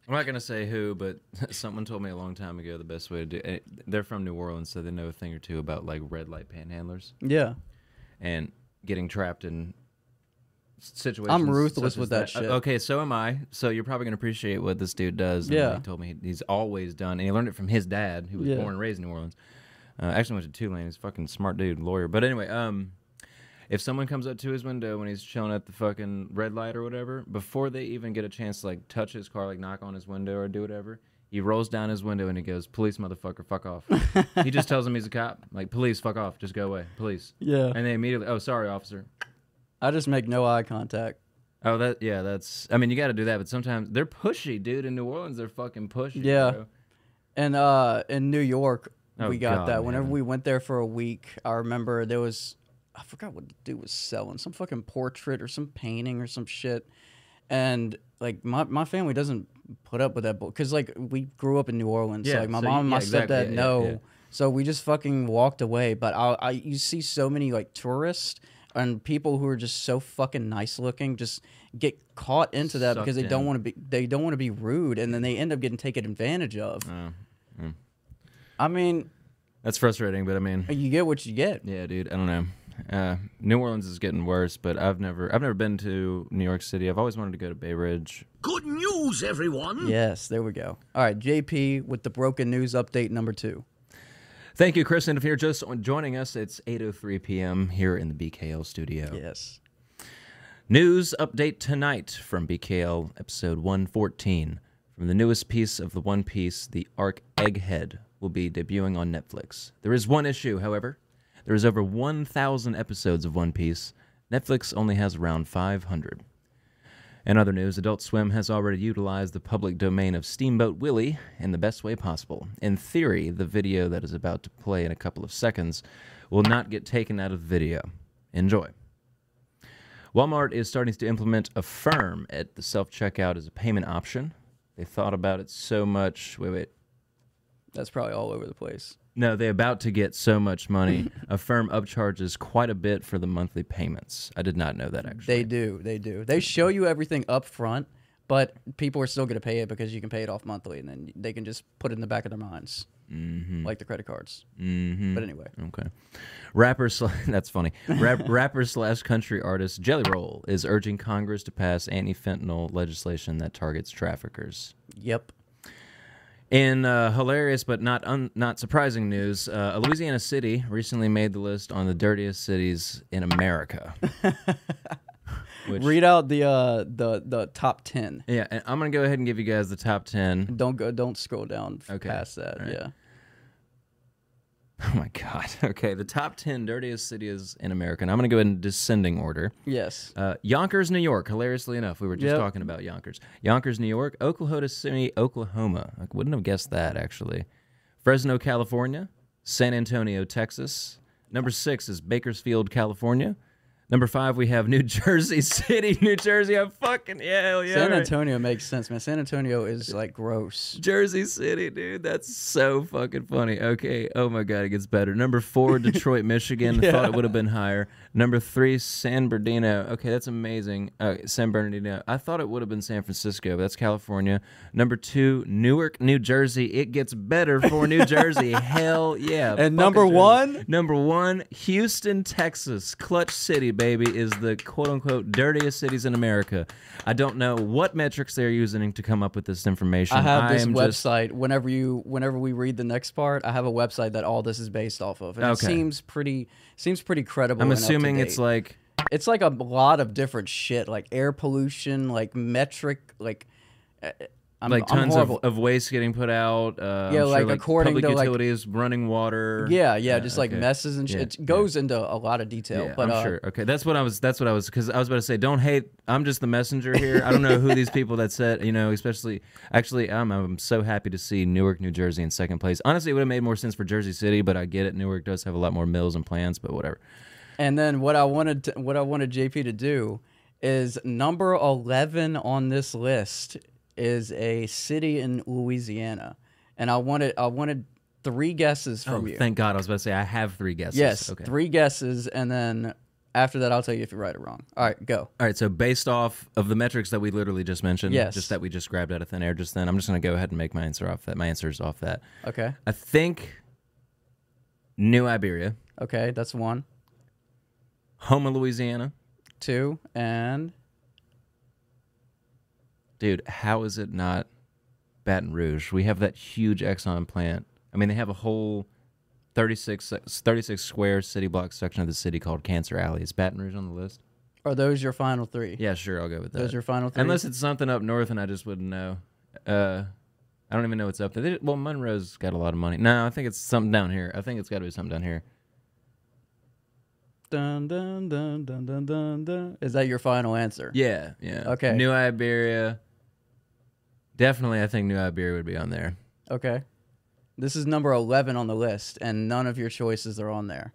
Speaker 1: I'm not gonna say who, but someone told me a long time ago the best way to do. It, they're from New Orleans, so they know a thing or two about like red light panhandlers
Speaker 2: Yeah.
Speaker 1: and getting trapped in s- situations.
Speaker 2: I'm ruthless
Speaker 1: such as
Speaker 2: with that shit.
Speaker 1: Okay, so am I. So you're probably gonna appreciate what this dude does. And
Speaker 2: Yeah.
Speaker 1: he told me he's always done, and he learned it from his dad, who was
Speaker 2: Yeah.
Speaker 1: born and raised in New Orleans. Uh, actually went to Tulane. He's a fucking smart dude, lawyer. But anyway, um, if someone comes up to his window when he's chilling at the fucking red light or whatever, before they even get a chance to like touch his car, like knock on his window or do whatever, he rolls down his window and he goes, "Police, motherfucker, fuck off." he just tells them he's a cop. Like, police, fuck off, just go away, police.
Speaker 2: Yeah.
Speaker 1: And they immediately, oh, sorry, officer.
Speaker 2: I just make no eye contact.
Speaker 1: Oh, that yeah, that's. I mean, you got to do that, but sometimes they're pushy, dude. In New Orleans, they're fucking pushy.
Speaker 2: Yeah.
Speaker 1: bro.
Speaker 2: And uh, in New York,
Speaker 1: Oh,
Speaker 2: we got
Speaker 1: God,
Speaker 2: that. Whenever
Speaker 1: man.
Speaker 2: we went there for a week, I remember there was I forgot what the dude was selling, some fucking portrait or some painting or some shit. And like my, my family doesn't put up with that because like we grew up in New Orleans. so,
Speaker 1: Yeah,
Speaker 2: like my
Speaker 1: so
Speaker 2: mom and
Speaker 1: you-
Speaker 2: my
Speaker 1: yeah, exactly,
Speaker 2: stepdad
Speaker 1: yeah, yeah,
Speaker 2: know.
Speaker 1: yeah.
Speaker 2: So we just fucking walked away. But I, I you see so many like tourists and people who are just so fucking nice looking just get caught into that because they
Speaker 1: Sucked
Speaker 2: don't
Speaker 1: in.
Speaker 2: want to be they don't want to be rude and then they end up getting taken advantage of. I mean,
Speaker 1: That's frustrating, but I mean,
Speaker 2: you get what you get.
Speaker 1: Yeah, dude. I don't know. Uh, New Orleans is getting worse, but I've never I've never been to New York City. I've always wanted to go to Bay Ridge.
Speaker 11: Good news,
Speaker 1: Mm.
Speaker 11: everyone.
Speaker 2: Yes, there we go. All right, JP with the broken news update number two.
Speaker 1: Thank you, Kristen. If you're just joining us, it's 8:03 p.m. here in the BKL studio.
Speaker 2: Yes.
Speaker 1: News update tonight from BKL episode 114. From the newest piece of the One Piece, the arc Egghead will be debuting on Netflix. There is one issue, however. There is over 1,000 episodes of One Piece. Netflix only has around 500. In other news, Adult Swim has already utilized the public domain of Steamboat Willie in the best way possible. In theory, the video that is about to play in a couple of seconds will not get taken out of video. Enjoy. Walmart is starting to implement Affirm at the self checkout as a payment option. They thought about it so much. Wait, wait.
Speaker 2: That's probably all over the place.
Speaker 1: No, they about to get so much money. Affirm upcharges quite a bit for the monthly payments. I did not know that actually.
Speaker 2: They do, they do. They show you everything up front, but people are still going to pay it because you can pay it off monthly and then they can just put it in the back of their minds, mm-hmm. like the credit cards. Mm-hmm. But anyway,
Speaker 1: Okay. Rapper slash that's funny. Rap, rapper slash country artist Jelly Roll is urging Congress to pass anti-fentanyl legislation that targets traffickers.
Speaker 2: yep.
Speaker 1: In uh, hilarious but not un- not surprising news, uh, a Louisiana city recently made the list on the dirtiest cities in America. Which,
Speaker 2: Read out the uh, the the top ten.
Speaker 1: yeah, and I'm gonna go ahead and give you guys the top ten.
Speaker 2: Don't go. Don't scroll down f-
Speaker 1: Okay,
Speaker 2: past that.
Speaker 1: all right.
Speaker 2: Yeah.
Speaker 1: Oh my god. Okay, the top ten dirtiest cities in America. And I'm gonna go in descending order.
Speaker 2: Yes.
Speaker 1: Uh, Yonkers, New York. Hilariously enough, we were just
Speaker 2: Yep.
Speaker 1: talking about Yonkers. Yonkers, New York. Oklahoma City, Oklahoma. I wouldn't have guessed that actually. Fresno, California. San Antonio, Texas. Number six is Bakersfield, California. Number five, we have New Jersey City, New Jersey. I'm fucking yeah, hell yeah.
Speaker 2: San
Speaker 1: right.
Speaker 2: Antonio makes sense, man. San Antonio is like gross.
Speaker 1: Jersey City, dude. That's so fucking funny. Okay. Oh my God, it gets better. Number four, Detroit, Michigan. Thought it would have been higher. Number three, San Bernardino. Okay, that's amazing. Uh, San Bernardino. I thought it would have been San Francisco, but that's California. Number two, Newark, New Jersey. It gets better for New Jersey. Hell yeah.
Speaker 2: And
Speaker 1: Fucking
Speaker 2: number
Speaker 1: Jersey.
Speaker 2: one?
Speaker 1: Number one, Houston, Texas. Clutch City, baby, is the quote unquote dirtiest cities in America. I don't know what metrics they're using to come up with this information.
Speaker 2: I have this
Speaker 1: am just-
Speaker 2: website. Whenever you, whenever we read the next part, I have a website that all this is based off of, and it
Speaker 1: Okay.
Speaker 2: seems pretty seems pretty credible.
Speaker 1: I'm
Speaker 2: and up to
Speaker 1: assuming it's
Speaker 2: date.
Speaker 1: like
Speaker 2: it's like a lot of different shit, like air pollution, like metric, like eh, eh, I'm,
Speaker 1: like
Speaker 2: I'm
Speaker 1: tons of,
Speaker 2: horrible.
Speaker 1: of waste getting put out. Uh, I'm
Speaker 2: Yeah,
Speaker 1: sure,
Speaker 2: like, according
Speaker 1: public
Speaker 2: to, like-
Speaker 1: utilities, running water.
Speaker 2: yeah, yeah, just like
Speaker 1: okay.
Speaker 2: messes and shit.
Speaker 1: Yeah,
Speaker 2: it goes into a lot of detail,
Speaker 1: Yeah,
Speaker 2: but
Speaker 1: I'm
Speaker 2: uh,
Speaker 1: sure. Okay, that's what I was. That's what I was. Because I was about to say, don't hate. I'm just the messenger here. I don't know who these people that said. You know, especially. Actually, I'm. I'm so happy to see Newark, New Jersey, in second place. Honestly, it would have made more sense for Jersey City, but I get it. Newark does have a lot more mills and plants, but whatever.
Speaker 2: And then what I wanted to, what I wanted JP to do is number 11 on this list is a city in Louisiana. And I wanted I wanted three guesses from
Speaker 1: oh,
Speaker 2: you.
Speaker 1: Thank God. I was about to say I have three guesses.
Speaker 2: Yes,
Speaker 1: Okay.
Speaker 2: three guesses, and then after that, I'll tell you if you're right or wrong. All right, go.
Speaker 1: All right. So based off of the metrics that we literally just mentioned,
Speaker 2: Yes.
Speaker 1: just that we just grabbed out of thin air just then, I'm just going to go ahead and make my answer off that. My answer is off that.
Speaker 2: Okay,
Speaker 1: I think New Iberia,
Speaker 2: okay, that's one,
Speaker 1: Houma, Louisiana.
Speaker 2: two, and
Speaker 1: Dude, how is it not Baton Rouge? We have that huge Exxon plant. I mean, they have a whole 36, se- 36 square city block section of the city called Cancer Alley. Is Baton Rouge on the list?
Speaker 2: are those your final three?
Speaker 1: Yeah, sure. I'll go with that.
Speaker 2: Those are your final three?
Speaker 1: Unless it's something up north and I just wouldn't know. Uh, I don't even know what's up there. They, well, Monroe's got a lot of money. No, I think it's something down here. I think it's got to be something down here.
Speaker 2: Dun dun dun dun dun dun dun. Is that your final answer?
Speaker 1: Yeah, yeah.
Speaker 2: Okay.
Speaker 1: New Iberia. Definitely, I think New Iberia would be on there.
Speaker 2: Okay. This is number eleven on the list, and none of your choices are on there.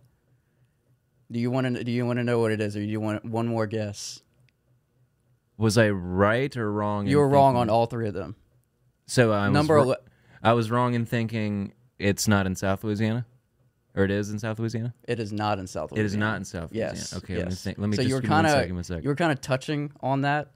Speaker 2: Do you want to? Do you want to know what it is, or do you want one more guess?
Speaker 1: Was I right or wrong?
Speaker 2: You
Speaker 1: in
Speaker 2: were wrong on
Speaker 1: thinking-
Speaker 2: all three of them.
Speaker 1: So I was
Speaker 2: Number
Speaker 1: wr-
Speaker 2: ele-
Speaker 1: I was wrong in thinking it's not in South Louisiana, or it is in South Louisiana.
Speaker 2: It is not in South.
Speaker 1: It is
Speaker 2: Louisiana.
Speaker 1: not in South
Speaker 2: Yes.
Speaker 1: Louisiana. Okay,
Speaker 2: Yes.
Speaker 1: let me think. Let me
Speaker 2: so
Speaker 1: just
Speaker 2: you were
Speaker 1: give me one
Speaker 2: kinda-
Speaker 1: second, one second.
Speaker 2: You were kind of touching on that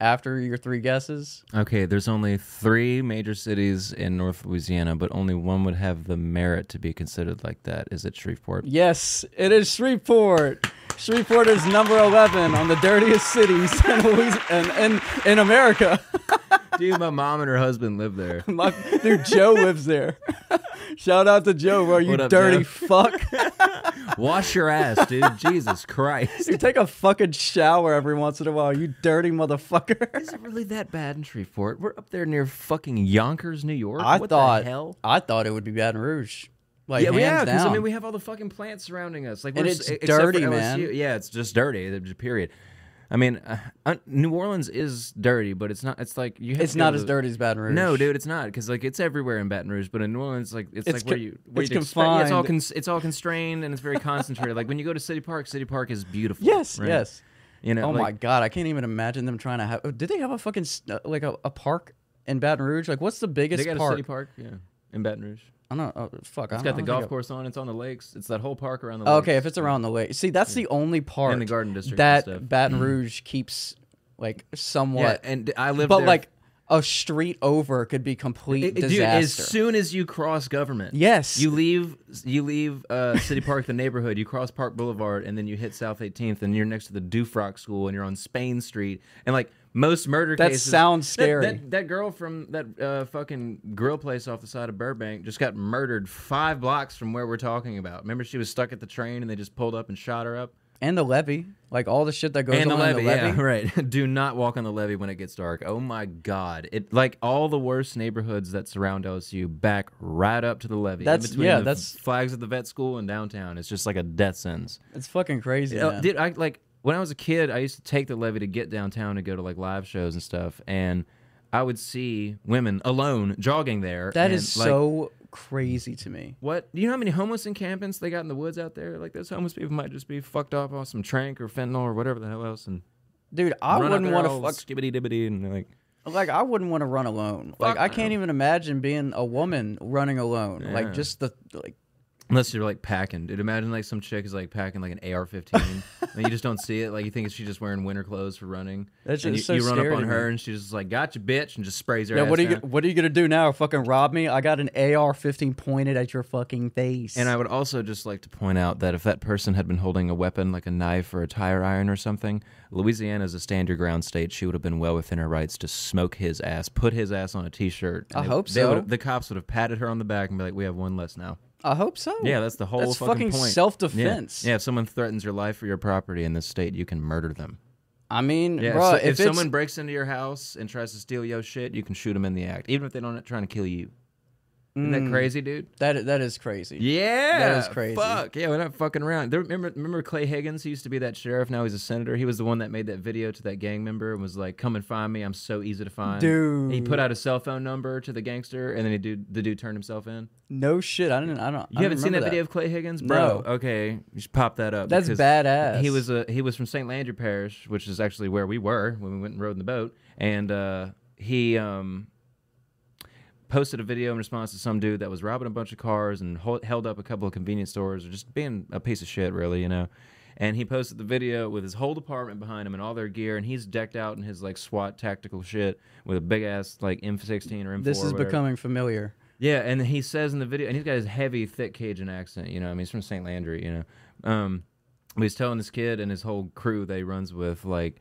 Speaker 2: after your three guesses.
Speaker 1: Okay, there's only three major cities in North Louisiana, but only one would have the merit to be considered like that. Is it Shreveport?
Speaker 2: Yes, it is Shreveport. Shreveport is number eleven on the dirtiest cities in, Louis- in, in, in America.
Speaker 1: Dude, my mom and her husband live there.
Speaker 2: My dude Joe lives there. Shout out to Joe, bro. You
Speaker 1: What up, Joe?
Speaker 2: dirty fuck.
Speaker 1: Wash your ass, dude. Jesus Christ.
Speaker 2: You take a fucking shower every once in a while. You dirty motherfucker.
Speaker 1: Is it really that bad in Shreveport? We're up there near fucking Yonkers, New York.
Speaker 2: I
Speaker 1: what
Speaker 2: thought
Speaker 1: the hell?
Speaker 2: I thought it would be Baton Rouge. Like
Speaker 1: Yeah, well, yeah,
Speaker 2: hands
Speaker 1: because
Speaker 2: down.
Speaker 1: I mean, we have all the fucking plants surrounding us. Like,
Speaker 2: And
Speaker 1: we're
Speaker 2: it's
Speaker 1: s- except for
Speaker 2: dirty,
Speaker 1: LSU.
Speaker 2: man.
Speaker 1: Yeah, it's just dirty. the- the Period. I mean, uh, uh, New Orleans is dirty, but it's not. It's like you. Have
Speaker 2: it's
Speaker 1: to go
Speaker 2: not
Speaker 1: to
Speaker 2: as
Speaker 1: the-
Speaker 2: dirty as Baton Rouge.
Speaker 1: No, dude, it's not because like it's everywhere in Baton Rouge, but in New Orleans, like it's,
Speaker 2: It's
Speaker 1: like where
Speaker 2: con-
Speaker 1: you where
Speaker 2: it's
Speaker 1: you'd expect- yeah, it's all
Speaker 2: confined.
Speaker 1: cons- it's all constrained and it's very concentrated. like when you go to City Park, City Park is beautiful.
Speaker 2: Yes,
Speaker 1: right?
Speaker 2: yes.
Speaker 1: You know,
Speaker 2: Oh my
Speaker 1: like,
Speaker 2: god, I can't even imagine them trying to have. oh, Did they have a fucking s- uh, like a, a park in Baton Rouge? Like, what's the biggest
Speaker 1: they got
Speaker 2: park?
Speaker 1: a City Park, yeah, in Baton Rouge.
Speaker 2: I don't. Oh, fuck,
Speaker 1: It's
Speaker 2: I don't,
Speaker 1: got the
Speaker 2: I don't
Speaker 1: golf
Speaker 2: think
Speaker 1: course on. It's on the lakes. It's that whole park around the.
Speaker 2: I-
Speaker 1: lakes.
Speaker 2: okay, if it's around the lake. See, that's the only park
Speaker 1: Garden District and
Speaker 2: that
Speaker 1: stuff. Mm-hmm.
Speaker 2: Baton Rouge keeps like
Speaker 1: yeah,
Speaker 2: somewhat.
Speaker 1: and I live
Speaker 2: but
Speaker 1: there.
Speaker 2: like a street over could be complete
Speaker 1: It- it- dude, as
Speaker 2: disaster.
Speaker 1: soon as you cross government,
Speaker 2: Yes.
Speaker 1: you leave you leave uh, City Park, the neighborhood. You cross Park Boulevard, and then you hit South 18th, and you're next to the Dufrock School, and you're on Spain Street, and like most murder
Speaker 2: That
Speaker 1: cases.
Speaker 2: sounds
Speaker 1: that-
Speaker 2: scary.
Speaker 1: That, that girl from that uh, fucking grill place off the side of Burbank just got murdered five blocks from where we're talking about. Remember, she was stuck at the train, and they just pulled up and shot her up.
Speaker 2: and the levee, like all the shit that goes
Speaker 1: And the
Speaker 2: on
Speaker 1: levee,
Speaker 2: in the levee.
Speaker 1: yeah, right. Do not walk on the levee when it gets dark. Oh my god! It like all the worst neighborhoods that surround LSU back right up to the levee. In
Speaker 2: That's-
Speaker 1: between
Speaker 2: yeah,
Speaker 1: the
Speaker 2: that's-
Speaker 1: flags of the vet school and downtown. It's just like a death sentence.
Speaker 2: It's fucking crazy.
Speaker 1: Uh,
Speaker 2: man.
Speaker 1: Dude, I like when I was a kid, I used to take the levee to get downtown to go to like live shows and stuff, and I would see women alone jogging there.
Speaker 2: That
Speaker 1: and,
Speaker 2: is
Speaker 1: like,
Speaker 2: so crazy to me.
Speaker 1: What you know? How many homeless encampments they got in the woods out there? Like those homeless people might just be fucked up on some trank or fentanyl or whatever the hell else, and
Speaker 2: Dude, I wouldn't want to fuck
Speaker 1: skibbity dibbity and like
Speaker 2: Like I wouldn't want to run alone. Like I can't even imagine being a woman running alone. Like
Speaker 1: Yeah.
Speaker 2: just the like
Speaker 1: unless you're like packing dude imagine like some chick is like packing like an ar-15 and you just don't see it like you think she's just wearing winter clothes for running
Speaker 2: That's
Speaker 1: and you,
Speaker 2: just so
Speaker 1: you run
Speaker 2: scary
Speaker 1: up on
Speaker 2: to me.
Speaker 1: her and she's just like gotcha bitch and just sprays her
Speaker 2: yeah.
Speaker 1: ass
Speaker 2: What are you
Speaker 1: down.
Speaker 2: go- What are you gonna do now? Fucking rob me? I got an AR-15 pointed at your fucking face.
Speaker 1: and i would also just like to point out that if that person had been holding a weapon like a knife or a tire iron or something louisiana is a stand your ground state she would have been well within her rights to smoke his ass put his ass on a t-shirt
Speaker 2: I
Speaker 1: They-
Speaker 2: hope
Speaker 1: they
Speaker 2: so.
Speaker 1: would- the cops would have patted her on the back and be like we have one less now
Speaker 2: I hope so.
Speaker 1: Yeah, that's the whole
Speaker 2: That's
Speaker 1: fucking,
Speaker 2: fucking
Speaker 1: point.
Speaker 2: self-defense.
Speaker 1: Yeah. Yeah, if someone threatens your life or your property in this state, you can murder them.
Speaker 2: I mean,
Speaker 1: Yeah,
Speaker 2: bro,
Speaker 1: so
Speaker 2: if,
Speaker 1: if,
Speaker 2: it's-
Speaker 1: someone breaks into your house and tries to steal your shit, you can shoot them in the act, even if they're not trying to kill you. Isn't that crazy, dude?
Speaker 2: that that is crazy.
Speaker 1: Yeah,
Speaker 2: Mm. That is crazy.
Speaker 1: Fuck yeah, we're not fucking around. There, remember, remember Clay Higgins? He used to be that sheriff. Now he's a senator. He was the one that made that video to that gang member and was like, "Come and find me. I'm so easy to find."
Speaker 2: Dude.
Speaker 1: he put out his cell phone number to the gangster, and then he dude, the dude turned himself in.
Speaker 2: No shit. I didn't. I don't.
Speaker 1: You haven't seen that, video of Clay Higgins, bro? Okay, you should pop that up.
Speaker 2: That's
Speaker 1: because
Speaker 2: badass.
Speaker 1: He was a he was from St. Landry Parish, which is actually where we were when we went and rode in the boat, and uh, he um. posted a video in response to some dude that was robbing a bunch of cars and hol- held up a couple of convenience stores or just being a piece of shit, really, you know. And he posted the video with his whole department behind him and all their gear, and he's decked out in his like SWAT tactical shit with a big ass like M16 or M4.
Speaker 2: This
Speaker 1: or
Speaker 2: is
Speaker 1: whatever.
Speaker 2: becoming familiar.
Speaker 1: Yeah, and he says in the video, and he's got his heavy, thick Cajun accent. You know, I mean, he's from St. Landry. You know, um, but he's telling this kid and his whole crew that he runs with, like,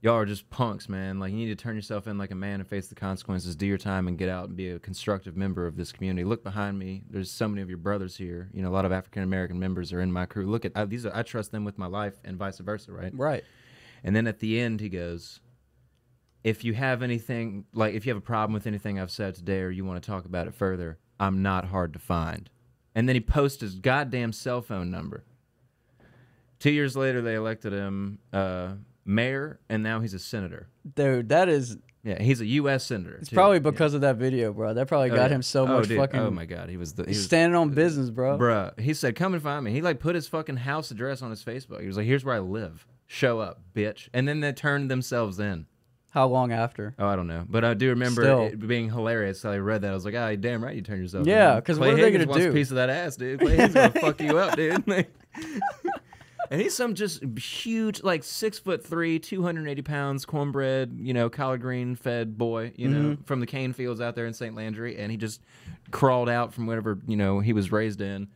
Speaker 1: y'all are just punks, man. Like, you need to turn yourself in like a man and face the consequences. Do your time and get out and be a constructive member of this community. Look behind me. There's so many of your brothers here. You know, a lot of African American members are in my crew. Look at I, these. Are, I trust them with my life, and vice versa. Right.
Speaker 2: Right.
Speaker 1: And then at the end, he goes, if you have anything, like if you have a problem with anything I've said today or you want to talk about it further, I'm not hard to find. And then he posts his goddamn cell phone number. Two years later, they elected him uh, mayor, and now he's a senator.
Speaker 2: Dude, that is
Speaker 1: Yeah, he's a U.S. senator.
Speaker 2: it's probably because of that video, bro. That probably got him so much fucking.
Speaker 1: Oh my god, he was the. He
Speaker 2: he's
Speaker 1: was-
Speaker 2: standing on business, bro.
Speaker 1: Bruh, he said, "Come and find me." He like put his fucking house address on his Facebook. He was like, "Here's where I live. Show up, bitch." And then they turned themselves in.
Speaker 2: How long after?
Speaker 1: Oh, I don't know, but I do remember
Speaker 2: Still.
Speaker 1: it being hilarious. I read that. I was like, "Ah, you damn right, you turned yourself."
Speaker 2: Yeah,
Speaker 1: in."
Speaker 2: 'cause
Speaker 1: Clay
Speaker 2: what are they
Speaker 1: Higgins
Speaker 2: gonna
Speaker 1: wants a
Speaker 2: do?
Speaker 1: piece of that ass, dude. Clay Higgins gonna fuck you up, dude. Like- and he's some just huge, like six foot three, two hundred and eighty pounds, cornbread, you know, collard green fed boy, you know,
Speaker 2: Mhm.
Speaker 1: from the cane fields out there in St. Landry, and he just crawled out from whatever you know he was raised in.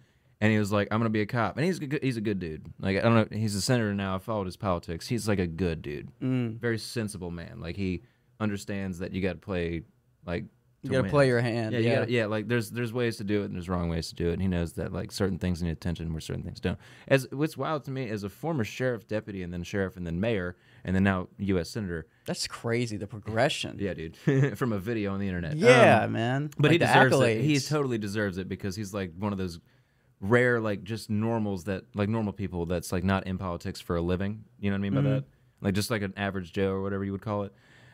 Speaker 1: And he was like, "I'm gonna be a cop," and he's a good, he's a good dude. Like I don't know, he's a senator now. I followed his politics. He's like a good dude,
Speaker 2: Mm.
Speaker 1: very sensible man. Like he understands that you got to play, like
Speaker 2: You
Speaker 1: to
Speaker 2: gotta
Speaker 1: win.
Speaker 2: play your hand,
Speaker 1: Yeah, you
Speaker 2: yeah.
Speaker 1: gotta- yeah. Like there's there's ways to do it and there's wrong ways to do it. And he knows that like certain things need attention where certain things don't. As what's wild to me as a former sheriff, deputy, and then sheriff, and then mayor, and then now U.S. senator.
Speaker 2: That's crazy. The progression.
Speaker 1: Yeah, dude. From a video on the internet.
Speaker 2: Yeah, man.
Speaker 1: But he
Speaker 2: Like, the
Speaker 1: deserves it. He
Speaker 2: accolades.
Speaker 1: totally deserves it because he's like one of those rare, like just normals that, like normal people that's like not in politics for a living. You know what I mean by
Speaker 2: Mhm.
Speaker 1: that? Like just like an average Joe or whatever you would call it,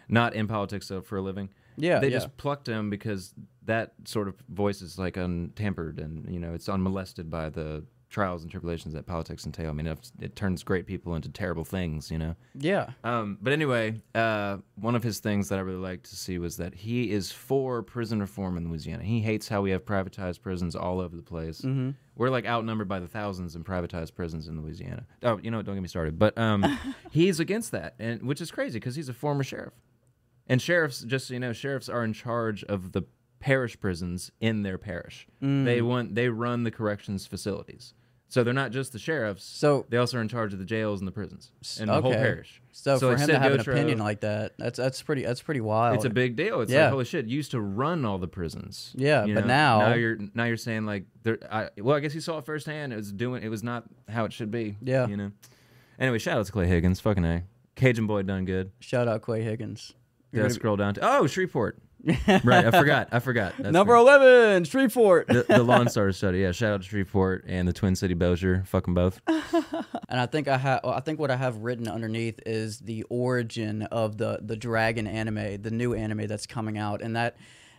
Speaker 1: not in politics though for a living.
Speaker 2: Yeah,
Speaker 1: they
Speaker 2: yeah.
Speaker 1: just plucked him because that sort of voice is like untampered and you know it's unmolested by the trials and tribulations that politics entail. I mean, it, it turns great people into terrible things. You know.
Speaker 2: Yeah.
Speaker 1: Um, but anyway, uh, one of his things that I really liked to see was that he is for prison reform in Louisiana. He hates how we have privatized prisons all over the place.
Speaker 2: Mhm.
Speaker 1: We're like outnumbered by the thousands in privatized prisons in Louisiana. Oh, you know, what, don't get me started. But um, he's against that, and which is crazy because he's a former sheriff. And sheriffs, just so you know, sheriffs are in charge of the parish prisons in their parish.
Speaker 2: Mm.
Speaker 1: They want they run the corrections facilities. So they're not just the sheriffs.
Speaker 2: So
Speaker 1: they also are in charge of the jails and the prisons and the whole
Speaker 2: Okay.
Speaker 1: parish.
Speaker 2: So, for
Speaker 1: like
Speaker 2: him
Speaker 1: Sid
Speaker 2: to have
Speaker 1: Gotro-
Speaker 2: an opinion like that, that's that's pretty that's pretty wild.
Speaker 1: it's a big deal. It's
Speaker 2: yeah.
Speaker 1: like holy shit. You used to run all the prisons.
Speaker 2: Yeah,
Speaker 1: you
Speaker 2: but
Speaker 1: know?
Speaker 2: now-
Speaker 1: now you're now you're saying like there. I, well, I guess you saw it firsthand. It was doing. It was not how it should be.
Speaker 2: Yeah.
Speaker 1: you know. Anyway, shout out to Clay Higgins. Fucking a Cajun boy done good.
Speaker 2: Shout out Clay Higgins.
Speaker 1: Did
Speaker 2: You're
Speaker 1: I
Speaker 2: gonna be-
Speaker 1: scroll down to oh Shreveport. right, I forgot. I forgot. That's
Speaker 2: Number
Speaker 1: right.
Speaker 2: eleven, Streetport.
Speaker 1: the, the Lone Star study. Yeah, shout out to Shreveport and the Twin City Bossier. Fucking both.
Speaker 2: And I think I have I think what I have written underneath is the origin of the the dragon anime, the new anime that's coming out, and that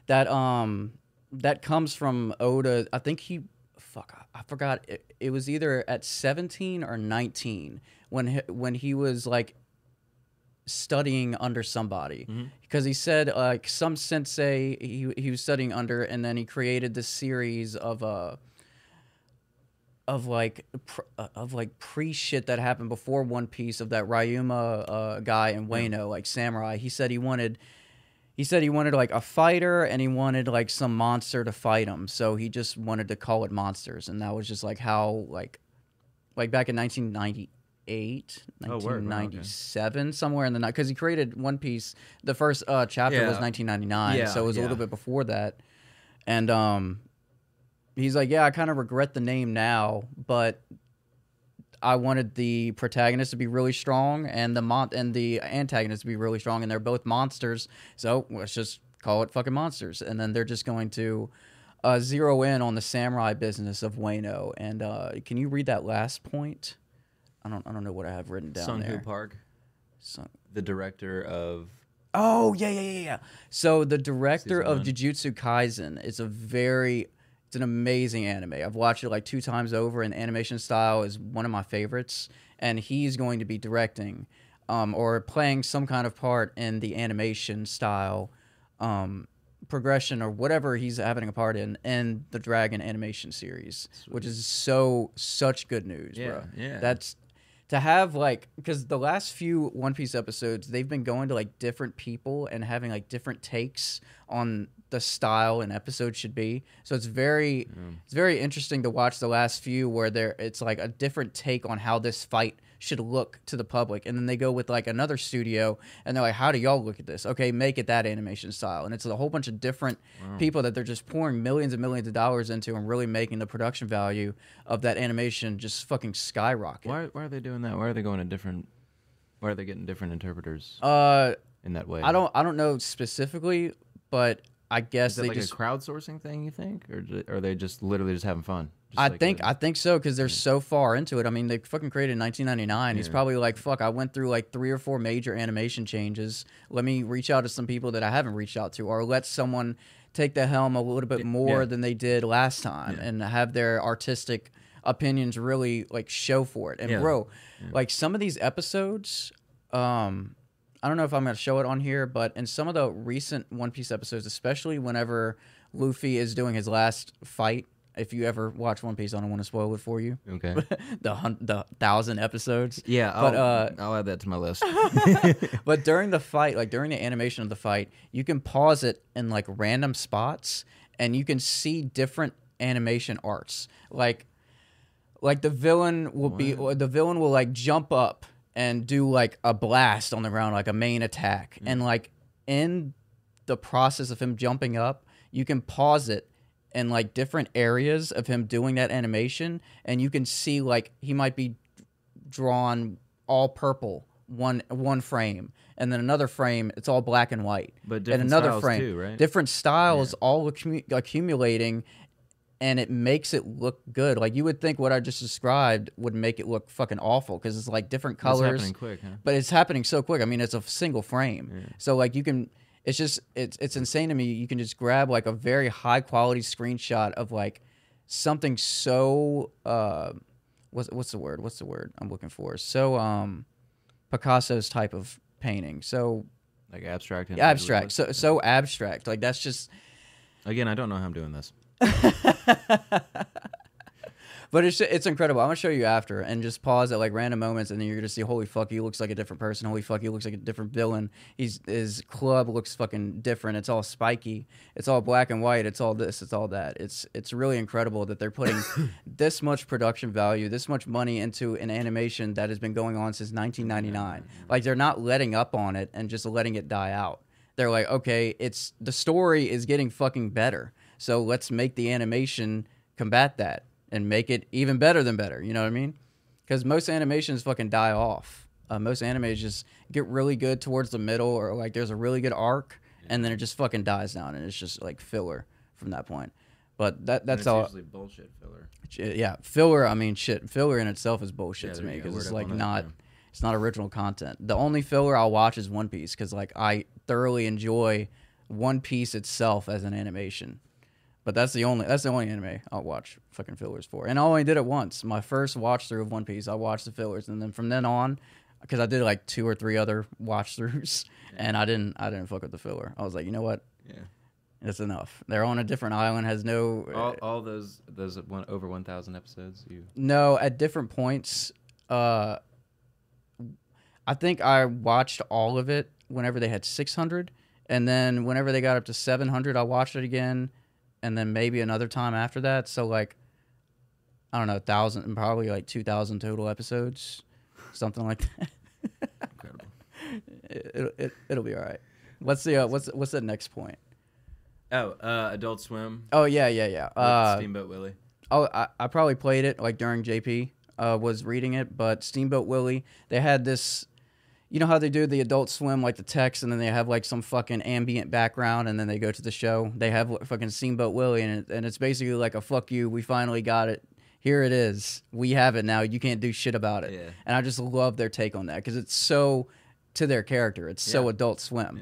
Speaker 2: that um that comes from Oda. I think he fuck I, I forgot it, it was either at 17 or 19 when he, when he was like studying under somebody
Speaker 1: Mm-hmm.
Speaker 2: because he said like some sensei he, he was studying under and then he created this series of uh of like pr- uh, of like pre shit that happened before One Piece of that Ryuma uh, guy in Wano, like samurai. He said he wanted. He said he wanted like a fighter and he wanted like some monster to fight him. So he just wanted to call it monsters and that was just like how like like back in 1998,
Speaker 1: Oh, word. Wow, okay.
Speaker 2: 1997 somewhere in the night cuz he created One Piece the first uh chapter was
Speaker 1: Yeah.
Speaker 2: 1999.
Speaker 1: Yeah,
Speaker 2: so it was a
Speaker 1: yeah.
Speaker 2: little bit before that. And um he's like, "Yeah, I kind of regret the name now, but I wanted the protagonist to be really strong and the mon- and the antagonist to be really strong, and they're both monsters. So let's just call it fucking monsters. And then they're just going to uh, zero in on the samurai business of Wano. And uh, can you read that last point? I don't I don't know what I have written down
Speaker 1: Sung Hu
Speaker 2: there.
Speaker 1: Park,
Speaker 2: Sung-
Speaker 1: the director of
Speaker 2: Oh yeah, yeah, yeah, yeah. So the director
Speaker 1: Season
Speaker 2: of
Speaker 1: one.
Speaker 2: Jujutsu Kaisen is a very, it's an amazing anime. I've watched it like two times over, and the animation style is one of my favorites. And he's going to be directing, um, or playing some kind of part in the animation style, um, progression or whatever he's having a part in in the Dragon animation series, which is so such good news,
Speaker 1: Yeah,
Speaker 2: bro.
Speaker 1: yeah.
Speaker 2: That's to have like because the last few One Piece episodes they've been going to like different people and having like different takes on the style an episode should be. So it's very it's very interesting to watch the last few where there it's like a different take on how this fight should look to the public and then they go with like another studio and they're like how do y'all look at this okay make it that animation style and it's a whole bunch of different people that they're just pouring millions and millions of dollars into and really making the production value of that animation just fucking skyrocket
Speaker 1: Why, why are they doing that? Why are they going to different? Why are they getting different interpreters
Speaker 2: uh
Speaker 1: in that way?
Speaker 2: i don't i don't know specifically but i guess
Speaker 1: Is it
Speaker 2: they
Speaker 1: like
Speaker 2: just
Speaker 1: a crowdsourcing thing? You think, or ju- are they just literally just having fun? Just
Speaker 2: I
Speaker 1: like
Speaker 2: think
Speaker 1: the-
Speaker 2: I think so because they're so far into it. I mean, they fucking created in 1999. He's
Speaker 1: Yeah.
Speaker 2: probably like, "Fuck, I went through like three or four major animation changes. Let me reach out to some people that I haven't reached out to, or let someone take the helm a little bit more
Speaker 1: yeah.
Speaker 2: than they did last time, and have their artistic opinions really like show for it." And
Speaker 1: Yeah.
Speaker 2: bro, like some of these episodes, um, I don't know if I'm going to show it on here, but in some of the recent One Piece episodes, especially whenever Luffy is doing his last fight, if you ever watch One Piece, I don't want to spoil it for you.
Speaker 1: Okay.
Speaker 2: the hun- the thousand episodes.
Speaker 1: yeah, I'll,
Speaker 2: but uh,
Speaker 1: I'll add that to my list.
Speaker 2: but during the fight, like during the animation of the fight, you can pause it in like random spots, and you can see different animation arts, like like the villain will be or the villain will like jump up and do like a blast on the ground like a main attack
Speaker 1: Hmm.
Speaker 2: and like in the process of him jumping up you can pause it in like different areas of him doing that animation and you can see like he might be drawn all purple one one frame and then another frame it's all black and white
Speaker 1: But
Speaker 2: and
Speaker 1: different
Speaker 2: another
Speaker 1: styles
Speaker 2: frame
Speaker 1: too, right?
Speaker 2: different styles all accumu- accumulating and it makes it look good. Like you would think what I just described would make it look fucking awful because it's like different
Speaker 1: It's
Speaker 2: colors.
Speaker 1: happening quick, huh?
Speaker 2: But it's happening so quick. I mean, it's a single frame. So like you can, it's just it's it's insane to me. You can just grab like a very high quality screenshot of like something so uh, what's what's the word? What's the word I'm looking for? So um, Picasso's type of painting. So
Speaker 1: Like abstract. and
Speaker 2: abstract. So so abstract. Like that's just
Speaker 1: Again, I don't know how I'm doing this.
Speaker 2: But it's it's incredible. I'm gonna show you after and just pause at like random moments, and then you're gonna see, holy fuck, he looks like a different person. Holy fuck, he looks like a different villain. He's his club looks fucking different. It's all spiky. It's all black and white. It's all this. It's all that. It's it's really incredible that they're putting this much production value, this much money into an animation that has been going on since 1999. Like they're not letting up on it and just letting it die out they're like, okay, it's the story is getting fucking better. So let's make the animation combat that and make it even better than better. You know what I mean? Because most animations fucking die off. Uh, most animes just get really good towards the middle, or like there's a really good arc, and then it just fucking dies down, and it's just like filler from that point. But that that's all.
Speaker 1: bullshit filler.
Speaker 2: Sh- yeah filler i mean shit filler in itself is bullshit
Speaker 1: Yeah,
Speaker 2: to
Speaker 1: there
Speaker 2: me
Speaker 1: you go.
Speaker 2: because
Speaker 1: Word
Speaker 2: it's
Speaker 1: up
Speaker 2: like
Speaker 1: on that,
Speaker 2: not
Speaker 1: yeah.
Speaker 2: it's not original content the only filler i'll watch is one piece because like i thoroughly enjoy one piece itself as an animation but that's the only that's the only anime i'll watch fucking fillers for and i only did it once my first watch through of one piece i watched the fillers and then from then on because i did like two or three other watch throughs and i didn't i didn't fuck with the filler i was like you know what
Speaker 1: Yeah.
Speaker 2: it's enough they're on a different island has no
Speaker 1: All, all those those one, over 1,000 episodes. You
Speaker 2: No, at different points. Uh, I think I watched all of it whenever they had 600, and then whenever they got up to 700, I watched it again, and then maybe another time after that. So like, I don't know, thousand and probably like 2,000 total episodes, something like that.
Speaker 1: incredible.
Speaker 2: It, it'll- it, it'll be all right. What's the uh, what's what's the next point?
Speaker 1: Oh, uh, Adult Swim.
Speaker 2: Oh yeah, yeah, yeah.
Speaker 1: with
Speaker 2: Uh,
Speaker 1: Steamboat Willie.
Speaker 2: Oh, I, I probably played it like during JP uh, was reading it, but Steamboat Willie, they had this. You know how they do the Adult Swim, like the text, and then they have like some fucking ambient background, and then they go to the show. They have like, fucking Steamboat Willie, and it, and it's basically like a fuck you. We finally got it. Here it is. We have it now. You can't do shit about it.
Speaker 1: Yeah.
Speaker 2: And I just love their take on that because it's so to their character. It's so
Speaker 1: Yeah.
Speaker 2: Adult Swim,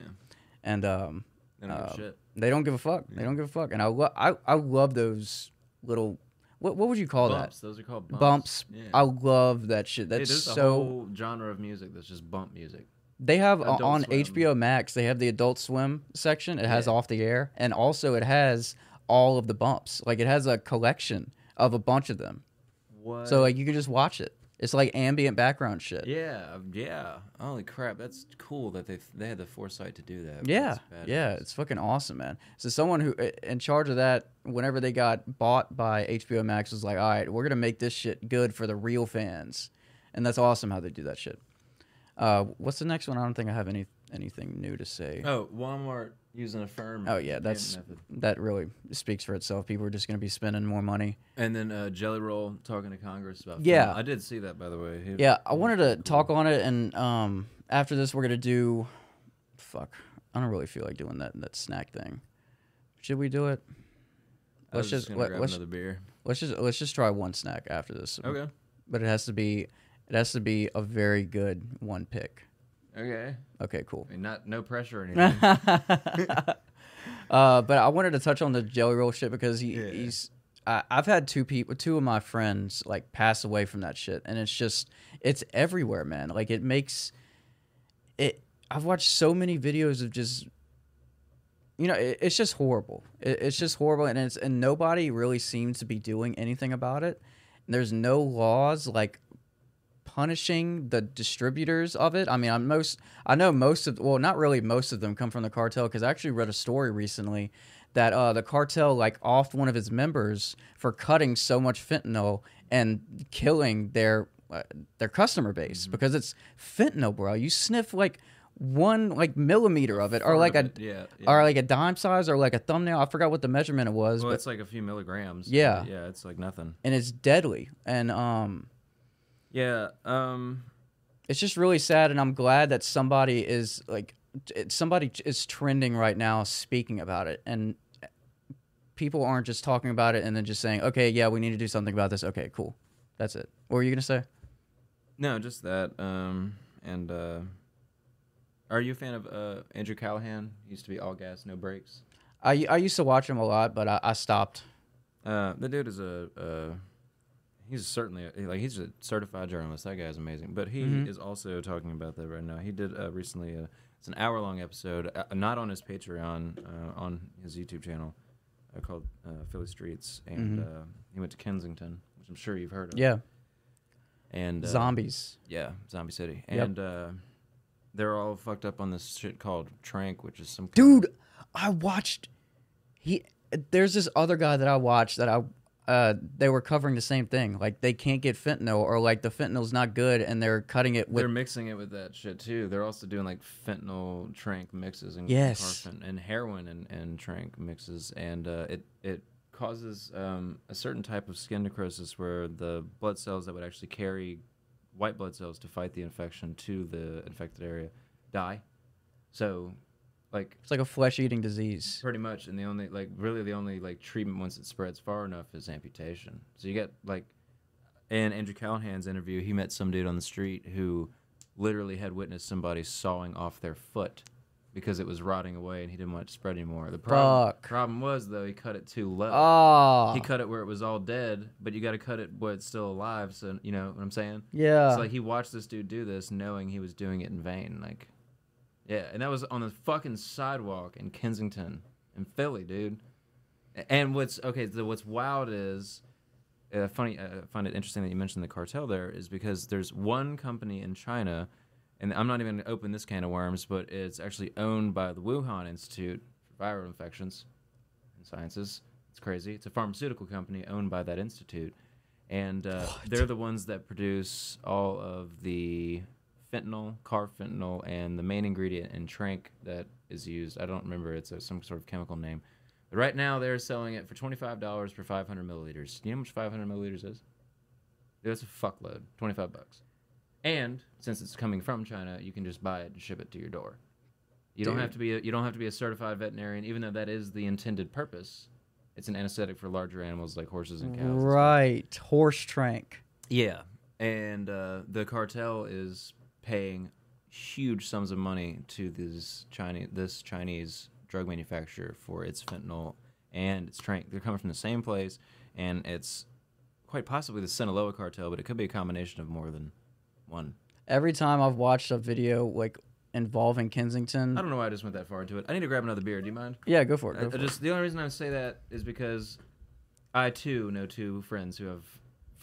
Speaker 2: and um,
Speaker 1: They don't give a
Speaker 2: uh,
Speaker 1: shit.
Speaker 2: They don't give a fuck. They don't give a fuck. And I, lo- I I love those little what what would you call
Speaker 1: Bumps.
Speaker 2: that?
Speaker 1: Those are called bumps.
Speaker 2: Bumps.
Speaker 1: Yeah.
Speaker 2: I love that shit.
Speaker 1: Hey,
Speaker 2: That's
Speaker 1: there's a
Speaker 2: so
Speaker 1: whole genre of music that's just bump music.
Speaker 2: They have
Speaker 12: Adult
Speaker 2: on
Speaker 12: Swim.
Speaker 2: HBO Max. They have the Adult Swim section. It has Off the Air, and also it has all of the bumps. Like it has a collection of a bunch of them.
Speaker 12: What?
Speaker 2: So like you can just watch it. It's like ambient background shit.
Speaker 1: Yeah, um, yeah. Holy crap, that's cool that they they had the foresight to do that.
Speaker 2: Yeah,
Speaker 1: That's
Speaker 2: yeah, it's fucking awesome, man. So someone who i- in charge of that, whenever they got bought by HBO Max, was like, "All right, we're gonna make this shit good for the real fans," and that's awesome how they do that shit. Uh, what's the next one? I don't think I have any anything new to say.
Speaker 1: badass. Oh, Walmart using a firm.
Speaker 2: Oh yeah, that's
Speaker 1: payment method.
Speaker 2: that really speaks for itself. People are just gonna be spending more money.
Speaker 1: And then uh, Jelly Roll talking to Congress about.
Speaker 2: Yeah.
Speaker 1: I did see that by the way. He-
Speaker 2: Yeah, I wanted to talk on it, and um, after this, we're gonna do. Fuck, I don't really feel like doing that that snack thing. Should we do it?
Speaker 1: I was just gonna grab
Speaker 2: let's,
Speaker 1: another beer.
Speaker 2: Let's just let's just try one snack after this.
Speaker 1: Okay.
Speaker 2: But it has to be it has to be a very good one pick.
Speaker 1: Okay.
Speaker 2: Okay, cool.
Speaker 1: I mean, not no pressure or anything.
Speaker 2: uh, but I wanted to touch on the jelly roll shit because he, he's. I, I've had two people, two of my friends, like pass away from that shit, and it's just, it's everywhere, man. Like it makes, it. I've watched so many videos of just, you know, it, it's just horrible. It, it's just horrible, and it's and nobody really seems to be doing anything about it. And there's no laws like punishing the distributors of it. I mean, I'm most I know most of well, not really most of them come from the cartel because I actually read a story recently that uh, the cartel like offed one of its members for cutting so much fentanyl and killing their uh, their customer base
Speaker 1: Mm-hmm.
Speaker 2: because it's fentanyl, bro. You sniff like one like millimeter of it, or
Speaker 1: Part
Speaker 2: like
Speaker 1: of
Speaker 2: a
Speaker 1: it, yeah,
Speaker 2: or like a dime size, or like a thumbnail. I forgot what the measurement it was,
Speaker 1: well,
Speaker 2: but
Speaker 1: it's like a few milligrams. but
Speaker 2: Yeah.
Speaker 1: Yeah, it's like nothing.
Speaker 2: and it's deadly. And um,
Speaker 1: Yeah. Um.
Speaker 2: it's just really sad and i'm glad that somebody is like it, somebody is trending right now speaking about it and eh, people aren't just talking about it and then just saying okay yeah we need to do something about this okay cool that's it what were you gonna say
Speaker 1: No, just that. Um. And uh, are you a fan of uh Andrew Callahan? He used to be all gas, no brakes.
Speaker 2: i, I used to watch him a lot but i, I stopped
Speaker 1: Uh, the dude is a uh, he's certainly a, like he's a certified journalist. That guy is amazing. But he
Speaker 2: Mhm.
Speaker 1: is also talking about that right now. He did uh, recently. Uh, it's an hour long episode, uh, not on his Patreon, uh, on his YouTube channel, uh, called uh, Philly Streets, and
Speaker 2: Mhm.
Speaker 1: uh, he went to Kensington, which I'm sure you've heard of.
Speaker 2: yeah
Speaker 1: And uh,
Speaker 2: Zombies.
Speaker 1: Yeah, Zombie City,
Speaker 2: Yep.
Speaker 1: and uh, they're all fucked up on this shit called Trank, which is some kind of-
Speaker 2: dude i watched he there's this other guy that i watched that i uh, they were covering the same thing like they can't get fentanyl or like the fentanyl's not good and they're cutting it with
Speaker 1: they're mixing it with that shit too. They're also doing like fentanyl trank mixes and
Speaker 2: Yes.
Speaker 1: carfent- and heroin and, and trank mixes, and uh, it it causes um, a certain type of skin necrosis where the blood cells that would actually carry white blood cells to fight the infection to the infected area die. So, like
Speaker 2: it's like a flesh-eating disease
Speaker 1: Pretty much, and the only like really the only like treatment once it spreads far enough is amputation. So you get like, in Andrew Callahan's interview, he met some dude on the street who literally had witnessed somebody sawing off their foot because it was rotting away and he didn't want it to spread anymore. The problem
Speaker 2: Fuck.
Speaker 1: problem was though he cut it too low.
Speaker 2: Ah.
Speaker 1: He cut it where it was all dead, but you got to cut it where it's still alive. So you know what I'm saying?
Speaker 2: Yeah.
Speaker 1: So like he watched this dude do this, knowing he was doing it in vain. Like, yeah, and that was on the fucking sidewalk in Kensington, in Philly, dude. A- And what's okay? The, what's wild is, uh, funny. uh, I find it interesting that you mentioned the cartel there, is because there's one company in China, and I'm not even gonna open this can of worms, but it's actually owned by the Wuhan Institute for Viral Infections and Sciences. It's crazy. It's a pharmaceutical company owned by that institute, and uh, they're the ones that produce all of the fentanyl, carfentanyl, and the main ingredient in Trank that is used. I don't remember. It's a, some sort of chemical name. But right now, they're selling it for twenty-five dollars for five hundred milliliters. Do you know how much five hundred milliliters is? Dude, That's a fuckload. Twenty-five bucks. And since it's coming from China, you can just buy it and ship it to your door. You don't
Speaker 12: Dude.
Speaker 1: have to be a, you don't have to be a certified veterinarian, even though that is the intended purpose. It's an anesthetic for larger animals like horses and cows. and stuff.
Speaker 2: Right. Horse trank.
Speaker 1: Yeah, and uh, the cartel is paying huge sums of money to this Chinese this Chinese drug manufacturer for its fentanyl and its trank. They're coming from the same place, and it's quite possibly the Sinaloa cartel, but it could be a combination of more than one.
Speaker 2: Every time I've watched a video like involving Kensington.
Speaker 1: I don't know why I just went that far into it. I need to grab another beer. Do you mind?
Speaker 2: Yeah, go for it.
Speaker 1: I-
Speaker 2: go
Speaker 1: I
Speaker 2: for it.
Speaker 1: just the only reason I say that is because I too know two friends who have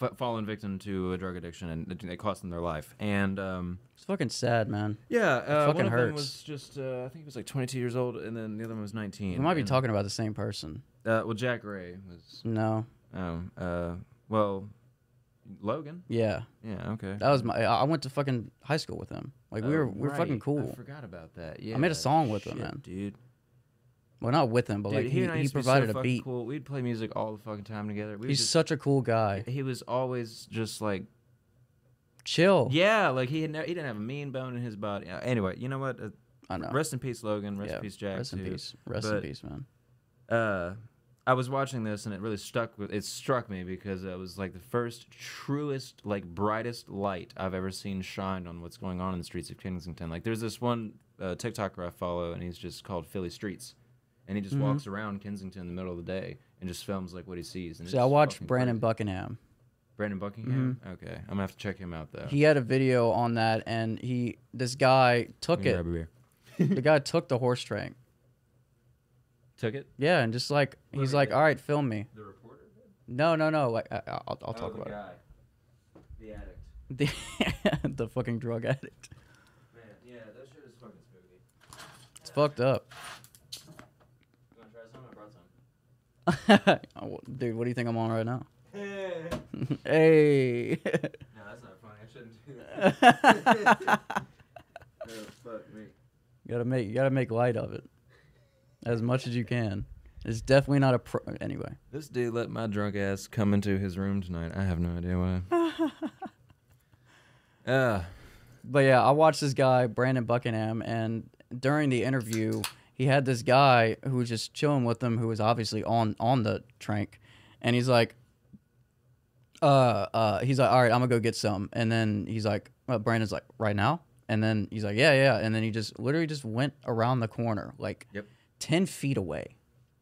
Speaker 1: f- fallen victim to a drug addiction and it, it cost them their life. And um,
Speaker 2: It's fucking sad, man.
Speaker 1: yeah,
Speaker 2: It
Speaker 1: uh,
Speaker 2: fucking
Speaker 1: one of
Speaker 2: hurts.
Speaker 1: them was just uh, I think he was like 22 years old, and then the other one was 19.
Speaker 2: we might be
Speaker 1: And,
Speaker 2: talking about the same person.
Speaker 1: Uh, well, Jack Ray was.
Speaker 2: No.
Speaker 1: Um. Uh. Well, Logan.
Speaker 2: Yeah.
Speaker 1: Yeah. Okay.
Speaker 2: That was my. I I went to fucking high school with him. Like we
Speaker 1: Oh,
Speaker 2: were, we were fucking
Speaker 1: right.
Speaker 2: cool.
Speaker 1: I forgot about that. Yeah.
Speaker 2: I made a song with
Speaker 1: shit,
Speaker 2: him, man.
Speaker 1: Dude.
Speaker 2: Well, not with him, but
Speaker 1: Dude,
Speaker 2: like
Speaker 1: he,
Speaker 2: he,
Speaker 1: and I
Speaker 2: he
Speaker 1: used to be so
Speaker 2: provided a
Speaker 1: fucking
Speaker 2: beat.
Speaker 1: Cool. We'd play music all the fucking time together. We would
Speaker 2: He's
Speaker 1: just,
Speaker 2: such a cool guy.
Speaker 1: he was always just like
Speaker 2: Chill.
Speaker 1: yeah, like he had never, he didn't have a mean bone in his body. Uh, anyway, you know what? Uh,
Speaker 2: I know.
Speaker 1: Rest in peace, Logan. Rest
Speaker 2: Yeah,
Speaker 1: in peace, Jack.
Speaker 2: rest in
Speaker 1: too.
Speaker 2: peace. Rest in peace, man.
Speaker 1: Uh, I was watching this and it really stuck. With, it struck me because it was like the first truest, like brightest light I've ever seen shined on what's going on in the streets of Kensington. Like there's this one uh, TikToker I follow and he's just called Philly Streets, and he just
Speaker 2: Mhm.
Speaker 1: walks around Kensington in the middle of the day and just films like what he sees. And
Speaker 2: See, I
Speaker 1: watch
Speaker 2: watched Brandon Buckingham.
Speaker 1: Brandon Buckingham. Okay, I'm gonna have to check him out though.
Speaker 2: He had a video on that, and he this guy took
Speaker 1: Let me
Speaker 2: it.
Speaker 1: grab a beer.
Speaker 2: the guy took the horse drink.
Speaker 1: Took it.
Speaker 2: Yeah, and just like he's like, all right, film me.
Speaker 1: The Oh reporter.
Speaker 2: No, no, no. Like I, I- I'll, I'll talk
Speaker 1: the
Speaker 2: about
Speaker 1: guy. The addict.
Speaker 2: it. The, the fucking drug addict.
Speaker 1: Man, yeah, that shit is fucking spooky.
Speaker 2: It's fucked up.
Speaker 1: You wanna try some? I brought some.
Speaker 2: Oh, Dude, what do you think I'm on right now? hey.
Speaker 1: No, that's not funny. I shouldn't do that. oh, fuck me.
Speaker 2: gotta make you gotta make light of it as much as you can. It's definitely not a pro. Anyway,
Speaker 1: This dude let my drunk ass come into his room tonight. I have no idea why. uh,
Speaker 2: but yeah, I watched this guy Brandon Buckingham, and during the interview, he had this guy who was just chilling with him, who was obviously on on the trank, and he's like, uh, uh, he's like, all right, I'm gonna go get some, and then he's like, uh, Brandon's like, right now, and then he's like, yeah, yeah, and then he just literally just went around the corner, like,
Speaker 1: Yep.
Speaker 2: ten feet away,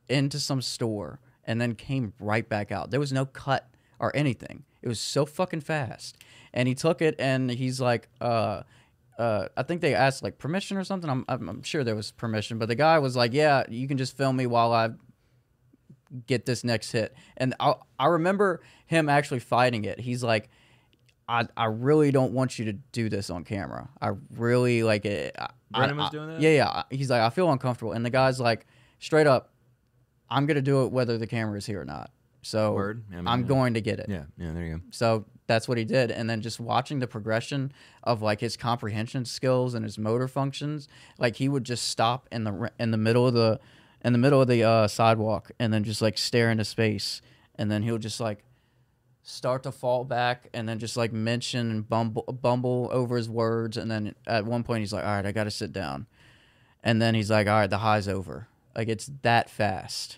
Speaker 2: into some store, and then came right back out. There was no cut or anything. It was so fucking fast, and he took it, and he's like, uh. Uh, I think they asked like permission or something. I'm, I'm, I'm sure there was permission, but the guy was like, "Yeah, you can just film me while I get this next hit. And I, I remember him actually fighting it. He's like, I, I really don't want you to do this on camera. I really like it. I-
Speaker 1: Brennan was
Speaker 2: I-
Speaker 1: doing that?
Speaker 2: Yeah, yeah. I- He's like, I feel uncomfortable. And the guy's like, straight up, I'm going to do it whether the camera is here or not. So
Speaker 1: Word. I mean,
Speaker 2: I'm
Speaker 1: yeah.
Speaker 2: going to get it.
Speaker 1: yeah, yeah, there you go.
Speaker 2: So that's what he did. And then just watching the progression of like his comprehension skills and his motor functions, like he would just stop in the ra- in the middle of the in the middle of the uh, sidewalk and then just like stare into space, and then he'll just like start to fall back and then just like mention and bumble bumble over his words and then at one point he's like all right i gotta sit down and then he's like all right the high's over like it's that fast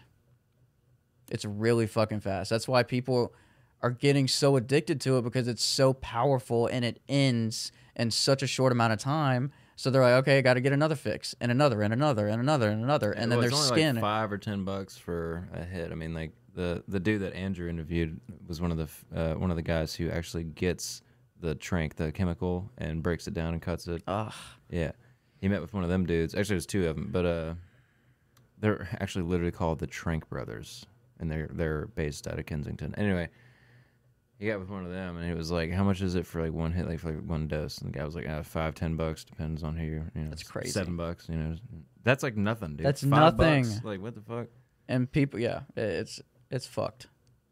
Speaker 2: it's really fucking fast that's why people are getting so addicted to it because it's so powerful and it ends in such a short amount of time so they're like okay i gotta get another fix and another and another and another and another and then
Speaker 1: Well,
Speaker 2: their
Speaker 1: it's only
Speaker 2: skin
Speaker 1: like five or ten bucks for a hit. I mean, like the the dude that Andrew interviewed was one of the f- uh, one of the guys who actually gets the trank, the chemical, and breaks it down and cuts it.
Speaker 2: Ugh.
Speaker 1: Yeah, he met with one of them dudes. Actually, there's two of them, but uh, they're actually literally called the Trank Brothers, and they're they're based out of Kensington. Anyway, he got with one of them, and it was like, "How much is it for like one hit, like for like one dose?" And the guy was like, uh, five, ten bucks, depends on who you're." You know, that's
Speaker 2: crazy.
Speaker 1: Seven bucks, you know, that's like nothing, dude.
Speaker 2: That's
Speaker 1: Five
Speaker 2: nothing.
Speaker 1: bucks, Like what the fuck?
Speaker 2: and people yeah it- it's it's fucked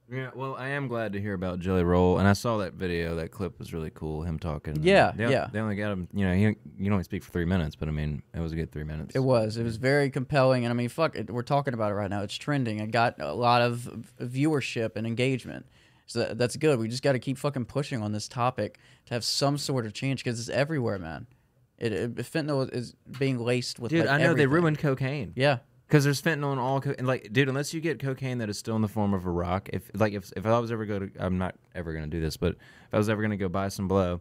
Speaker 1: Yeah. Well, I am glad to hear about Jelly Roll, and I saw that video. That clip was really cool. Him talking.
Speaker 2: Yeah,
Speaker 1: They,
Speaker 2: yeah.
Speaker 1: They only got him. You know, he you only speak for three minutes, but I mean, it was a good three minutes.
Speaker 2: It was. It was very compelling, and I mean, fuck, it, we're talking about it right now. It's trending. It got a lot of v- viewership and engagement, so that, that's good. We just got to keep fucking pushing on this topic to have some sort of change because it's everywhere, man. It, it fentanyl is being laced with.
Speaker 1: Dude,
Speaker 2: like,
Speaker 1: I know they
Speaker 2: everything.
Speaker 1: ruined cocaine.
Speaker 2: Yeah.
Speaker 1: Because there's fentanyl in all, co- and like, dude, unless you get cocaine that is still in the form of a rock, if like if if I was ever go to, I'm not ever gonna do this, but if I was ever gonna go buy some blow,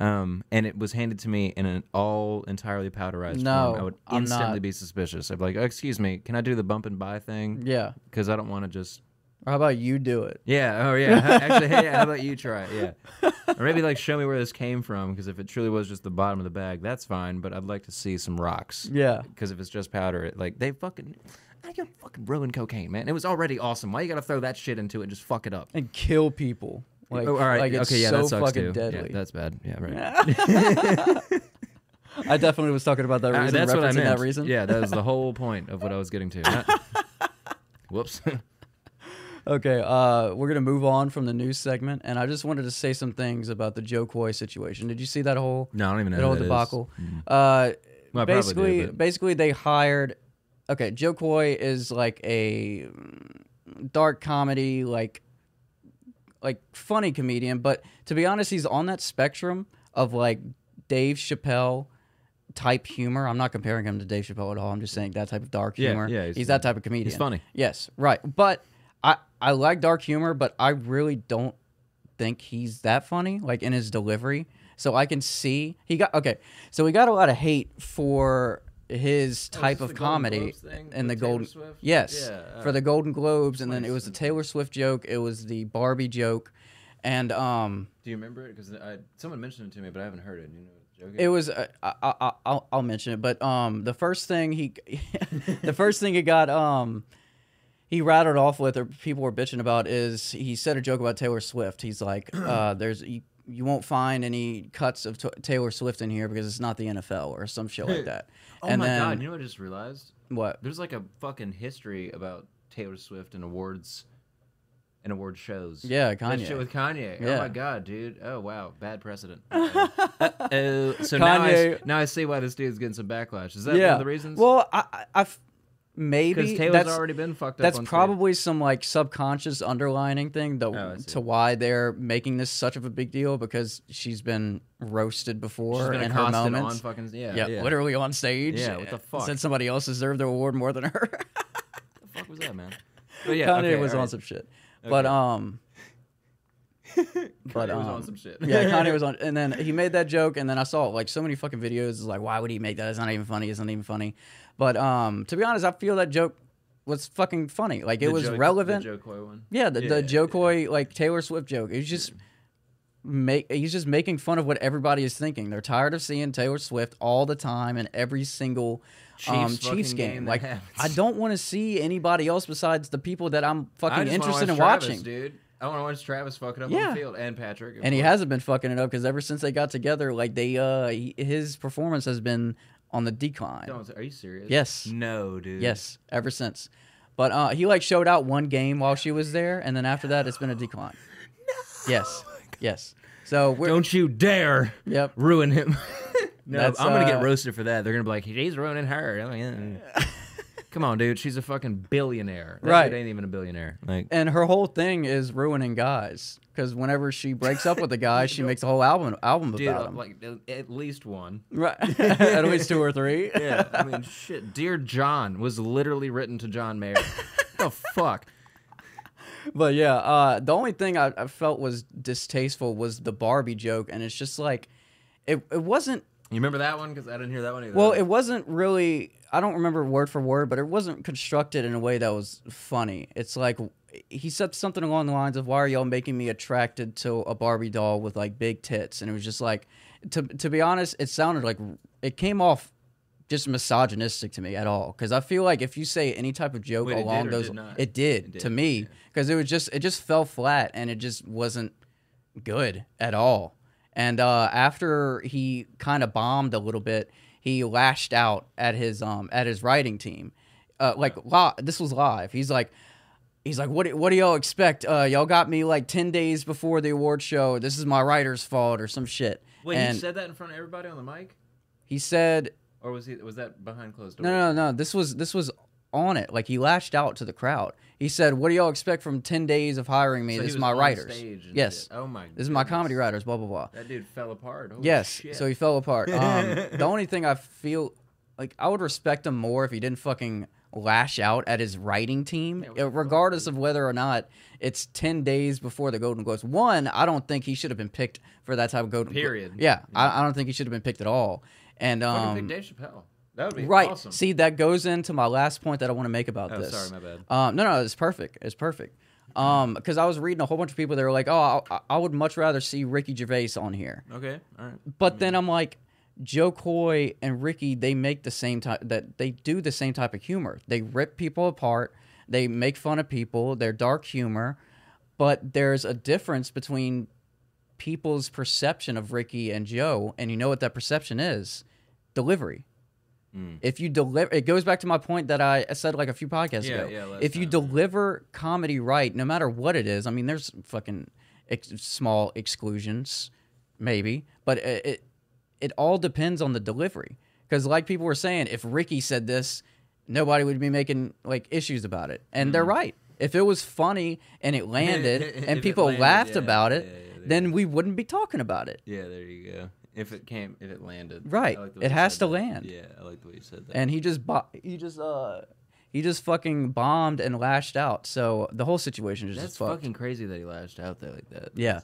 Speaker 1: um, and it was handed to me in an all entirely powderized
Speaker 2: No,
Speaker 1: form, I would
Speaker 2: I'm
Speaker 1: instantly
Speaker 2: not.
Speaker 1: be suspicious. I'd be like, oh, excuse me, can I do the bump and buy thing?
Speaker 2: Yeah.
Speaker 1: Because I don't want to just
Speaker 2: Or how about you do it?
Speaker 1: Yeah. Oh, yeah. How- Actually, hey, how about you try it? Yeah. Or maybe like show me where this came from, because if it truly was just the bottom of the bag, that's fine. But I'd like to see some rocks.
Speaker 2: Yeah.
Speaker 1: Because if it's just powder, it, like they fucking, I can fucking ruin cocaine, man. It was already awesome. Why you gotta throw that shit into it and just fuck it up?
Speaker 2: And kill people. Like,
Speaker 1: Oh, all right.
Speaker 2: like it's
Speaker 1: okay. Yeah.
Speaker 2: so
Speaker 1: that sucks
Speaker 2: fucking
Speaker 1: too. Yeah,
Speaker 2: deadly.
Speaker 1: that's bad. Yeah. Right.
Speaker 2: I definitely was talking about that
Speaker 1: Uh,
Speaker 2: reason.
Speaker 1: that's what I
Speaker 2: referencing
Speaker 1: meant.
Speaker 2: That reason.
Speaker 1: Yeah. That was the whole point of what I was getting to. Not- whoops.
Speaker 2: Okay, uh, we're gonna move on from the news segment, and I just wanted to say some things about the Joe Coy situation. Did you see that whole?
Speaker 1: No, I don't even know
Speaker 2: that
Speaker 1: who
Speaker 2: whole
Speaker 1: that is.
Speaker 2: debacle.
Speaker 1: Mm.
Speaker 2: Uh,
Speaker 1: Well, I probably do,
Speaker 2: basically,
Speaker 1: but-
Speaker 2: basically they hired. Okay, Joe Coy is like a mm, dark comedy, like like funny comedian, but to be honest, he's on that spectrum of like Dave Chappelle type humor. I'm not comparing him to Dave Chappelle at all. I'm just saying that type of dark
Speaker 1: Yeah,
Speaker 2: humor.
Speaker 1: yeah, he's-
Speaker 2: he's that type of comedian.
Speaker 1: funny.
Speaker 2: Yes, right. But I I like dark humor, but I really don't think he's that funny, like in his delivery. So I can see he got okay. So he got a lot of hate for his type
Speaker 1: Oh, this
Speaker 2: of
Speaker 1: the Golden
Speaker 2: comedy
Speaker 1: Globes thing
Speaker 2: and the
Speaker 1: with Taylor
Speaker 2: golden
Speaker 1: Swift?
Speaker 2: yes
Speaker 1: Yeah, uh, all
Speaker 2: for the Golden Globes, and then it was the Taylor Swift joke, it was the Barbie joke, and um.
Speaker 1: Do you remember it? Because I someone mentioned it to me, but I haven't heard it. You know what the joke is?
Speaker 2: It was uh, I, I, I'll, I'll mention it, but um, the first thing he, the first thing he got um, he rattled off with or people were bitching about is he said a joke about Taylor Swift. He's like, uh, there's you, you won't find any cuts of t- Taylor Swift in here because it's not the NFL or some shit like that.
Speaker 1: Oh
Speaker 2: and
Speaker 1: my
Speaker 2: then
Speaker 1: god! You know what I just realized?
Speaker 2: what?
Speaker 1: There's like a fucking history about Taylor Swift and awards and award shows.
Speaker 2: Yeah,
Speaker 1: That
Speaker 2: Kanye.
Speaker 1: shit with Kanye. Oh
Speaker 2: Yeah.
Speaker 1: my god, dude. Oh wow, bad precedent. Uh-oh. Uh-oh. so now I, s-
Speaker 2: Kanye-
Speaker 1: now I see why this dude's getting some backlash. Is that
Speaker 2: yeah.
Speaker 1: one of the reasons?
Speaker 2: Well, I, I I've- maybe
Speaker 1: 'Cause Taylor's
Speaker 2: that's-
Speaker 1: already been fucked up
Speaker 2: That's
Speaker 1: on stage.
Speaker 2: probably some like subconscious underlining thing that,
Speaker 1: Oh, I see.
Speaker 2: to why they're making this such of a big deal because she's been roasted before
Speaker 1: been
Speaker 2: in her
Speaker 1: accosted on
Speaker 2: moments.
Speaker 1: fucking- yeah, yeah.
Speaker 2: literally on stage.
Speaker 1: Yeah, what the fuck?
Speaker 2: Said somebody else deserved the award more than her.
Speaker 1: what the fuck was that, man? But yeah,
Speaker 2: Kanye
Speaker 1: okay,
Speaker 2: was
Speaker 1: all
Speaker 2: on
Speaker 1: right.
Speaker 2: some shit. But
Speaker 1: Okay.
Speaker 2: um but
Speaker 1: Kanye was on
Speaker 2: um,
Speaker 1: some shit.
Speaker 2: yeah, Kanye was on and then he made that joke and then I saw like so many fucking videos is like why would he make that? It's not even funny, it's not even funny. But um to be honest, I feel that joke was fucking funny. Like it
Speaker 1: The
Speaker 2: was
Speaker 1: joke-
Speaker 2: relevant.
Speaker 1: The Joe Coy one.
Speaker 2: Yeah, the,
Speaker 1: Yeah,
Speaker 2: the Jokoi like Taylor Swift joke. He's just make he's just making fun of what everybody is thinking. They're tired of seeing Taylor Swift all the time in every single Chiefs, um,
Speaker 1: Chiefs fucking
Speaker 2: Chiefs game.
Speaker 1: game that
Speaker 2: like
Speaker 1: happens.
Speaker 2: I don't want to see anybody else besides the people that I'm
Speaker 1: I
Speaker 2: fucking
Speaker 1: just wanna
Speaker 2: interested in
Speaker 1: watch Travis,
Speaker 2: watching.
Speaker 1: dude. I want to watch Travis fucking up on
Speaker 2: Yeah.
Speaker 1: the field and Patrick. of
Speaker 2: And he
Speaker 1: course.
Speaker 2: hasn't been fucking it up because ever since they got together, like they uh he, his performance has been on the decline.
Speaker 1: Don't- Are you serious?
Speaker 2: Yes.
Speaker 1: No, dude.
Speaker 2: Yes, ever since. But uh, he like showed out one game while she was there, and then after that, it's been a decline. Yes, yes. So we're
Speaker 1: Don't you dare
Speaker 2: Yep.
Speaker 1: ruin him. no,
Speaker 2: That's,
Speaker 1: I'm gonna
Speaker 2: uh,
Speaker 1: get roasted for that. They're gonna be like, he's ruining her. I'm like, "Yeah." Come on, dude. She's a fucking billionaire. That
Speaker 2: Right.
Speaker 1: dude ain't even a billionaire. Like,
Speaker 2: and her whole thing is ruining guys because whenever she breaks up with a guy, she makes a whole album album
Speaker 1: dude,
Speaker 2: about him.
Speaker 1: like at- at least one.
Speaker 2: right, at least two or three.
Speaker 1: Yeah. I mean, shit. Dear John was literally written to John Mayer. the fuck.
Speaker 2: But yeah, uh, the only thing I, I felt was distasteful was the Barbie joke, and it's just like, it it wasn't
Speaker 1: You remember that one? Because I didn't hear that one either.
Speaker 2: Well, it wasn't really. I don't remember word for word, but it wasn't constructed in a way that was funny. It's like he said something along the lines of, "Why are y'all making me attracted to a Barbie doll with like big tits?" And it was just like, to to be honest, it sounded like it came off just misogynistic to me at all. Because I feel like if you say any type of joke
Speaker 1: Wait, it did
Speaker 2: along
Speaker 1: or
Speaker 2: those,
Speaker 1: did not?
Speaker 2: it did
Speaker 1: It did,
Speaker 2: to me because it was just it just fell flat and it just wasn't good at all. And uh, after he kind of bombed a little bit, he lashed out at his um at his writing team. Uh, like li- this was live. He's like, he's like, what do- what do y'all expect? Uh, y'all got me like ten days before the award show. This is my writer's fault or some shit.
Speaker 1: Wait,
Speaker 2: and
Speaker 1: he said that in front of everybody on the mic,
Speaker 2: he said
Speaker 1: or was he? Was that behind closed doors?
Speaker 2: no, no, no. This was this was on it. Like he lashed out to the crowd. He said, "What do y'all expect from ten days of hiring me?
Speaker 1: So he
Speaker 2: this is
Speaker 1: was
Speaker 2: my
Speaker 1: on
Speaker 2: writers.
Speaker 1: stage and
Speaker 2: Yes.
Speaker 1: shit. Oh my
Speaker 2: This is my
Speaker 1: goodness.
Speaker 2: comedy writers. Blah blah blah.
Speaker 1: That dude fell apart. Holy
Speaker 2: yes.
Speaker 1: Shit.
Speaker 2: So he fell apart. Um, the only thing I feel like I would respect him more if he didn't fucking lash out at his writing team, uh, regardless of whether or not it's ten days before the Golden Globes. One, I don't think he should have been picked for that type of Golden. Glo-
Speaker 1: Period.
Speaker 2: Yeah, I, I don't think he should have been picked at all. And um,
Speaker 1: Fucking pick Dave Chappelle. That would be
Speaker 2: Right.
Speaker 1: awesome.
Speaker 2: See, that goes into my last point that I want to make about
Speaker 1: Oh,
Speaker 2: this.
Speaker 1: sorry, my bad.
Speaker 2: Um, no, no, it's perfect. It's perfect. Um, because I was reading a whole bunch of people that were like, "Oh, I, I would much rather see Ricky Gervais on here."
Speaker 1: Okay, all right.
Speaker 2: But then I'm like, Joe Coy and Ricky, they make the same type that they do the same type of humor. They rip people apart. They make fun of people. They're dark humor, but there's a difference between people's perception of Ricky and Joe, and you know what that perception is? Delivery.
Speaker 1: Mm.
Speaker 2: If you deliver, it goes back to my point that I said like a few podcasts
Speaker 1: Yeah,
Speaker 2: ago.
Speaker 1: yeah, last
Speaker 2: if you
Speaker 1: time,
Speaker 2: deliver comedy right, no matter what it is, I mean, there's fucking ex- small exclusions, maybe, but it, it it all depends on the delivery. Because like people were saying, if Ricky said this, nobody would be making like issues about it, and they're right. If it was funny and it landed
Speaker 1: Mm. If
Speaker 2: and
Speaker 1: it
Speaker 2: people
Speaker 1: landed,
Speaker 2: laughed
Speaker 1: yeah,
Speaker 2: about it,
Speaker 1: yeah, yeah, there
Speaker 2: then we wouldn't be talking about it.
Speaker 1: Yeah, there you go. If it came, if it landed, I
Speaker 2: Right,
Speaker 1: like the way
Speaker 2: it
Speaker 1: you
Speaker 2: has
Speaker 1: said
Speaker 2: to
Speaker 1: that.
Speaker 2: land.
Speaker 1: Yeah, I like the way you said that.
Speaker 2: and he just bo- he just uh he just fucking bombed and lashed out. So the whole situation is
Speaker 1: that's
Speaker 2: just fucked.
Speaker 1: fucking crazy that he lashed out there like that.
Speaker 2: yeah.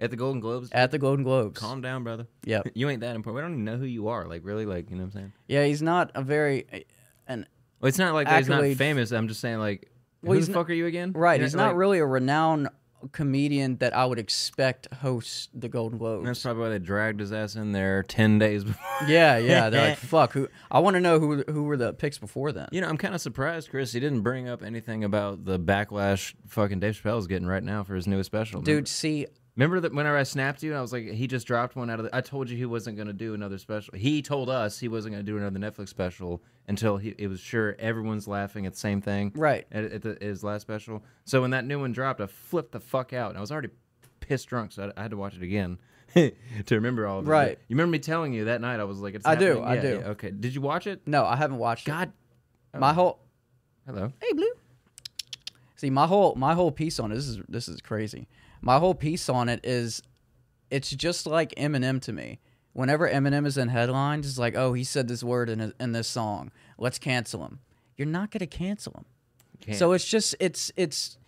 Speaker 1: At the Golden Globes,
Speaker 2: At the Golden Globes.
Speaker 1: calm down, brother.
Speaker 2: Yep.
Speaker 1: you ain't that important. We don't even know who you are. Like really, like you know what I'm saying.
Speaker 2: Yeah, he's not a very an
Speaker 1: Well, it's not like that he's not
Speaker 2: Accolade-
Speaker 1: famous. I'm just saying like,
Speaker 2: Well,
Speaker 1: who
Speaker 2: he's
Speaker 1: the
Speaker 2: not-
Speaker 1: fuck are you again?
Speaker 2: right.
Speaker 1: You're
Speaker 2: He's not
Speaker 1: like-
Speaker 2: really a renowned comedian that I would expect hosts the Golden Globes.
Speaker 1: That's probably why they dragged his ass in there ten days before.
Speaker 2: yeah, yeah. They're like, fuck. Who? I want to know who who were the picks before then.
Speaker 1: You know, I'm kind of surprised, Chris. He didn't bring up anything about the backlash fucking Dave Chappelle's getting right now for his newest special.
Speaker 2: Dude, see,
Speaker 1: Remember that whenever I snapped you, I was like, he just dropped one out of the. I told you he wasn't going to do another special. He told us he wasn't going to do another Netflix special until he, it was sure everyone's laughing at the same thing.
Speaker 2: Right.
Speaker 1: At, at the, his last special. So when that new one dropped, I flipped the fuck out. And I was already pissed drunk, so I, I had to watch it again to remember all of it.
Speaker 2: Right.
Speaker 1: You remember me telling you that night, I was like, it's
Speaker 2: I do,
Speaker 1: happening.
Speaker 2: I
Speaker 1: Yeah,
Speaker 2: do.
Speaker 1: yeah, okay. Did you watch it?
Speaker 2: no, I haven't watched
Speaker 1: God.
Speaker 2: it. My whole
Speaker 1: Hello.
Speaker 2: Hey, Blue. See, my whole my whole piece on it, this is this is crazy. My whole piece on it is it's just like Eminem to me. Whenever Eminem is in headlines, it's like, oh, he said this word in his, in this song. Let's cancel him. You're not gonna cancel him.
Speaker 1: Can't.
Speaker 2: So it's just it's it's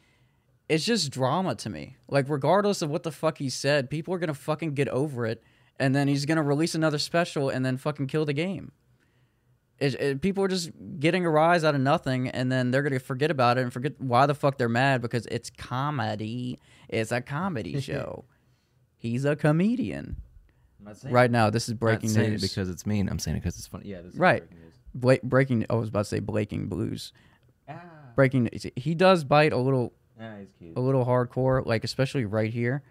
Speaker 2: it's just drama to me. Like regardless of what the fuck he said, people are gonna fucking get over it, and then he's gonna release another special and then fucking kill the game. It, it, people are just getting a rise out of nothing, and then they're gonna forget about it and forget why the fuck they're mad because it's comedy. It's a comedy show. He's a comedian. Right now, this is breaking
Speaker 1: Not saying
Speaker 2: news.
Speaker 1: it because it's mean. I'm saying it because it's funny. Yeah. This is
Speaker 2: Right.
Speaker 1: breaking news.
Speaker 2: Bla- breaking. I was about to say Blaking Blues. Breaking. He does bite a little,
Speaker 1: Ah, he's cute.
Speaker 2: a little hardcore, like especially right here.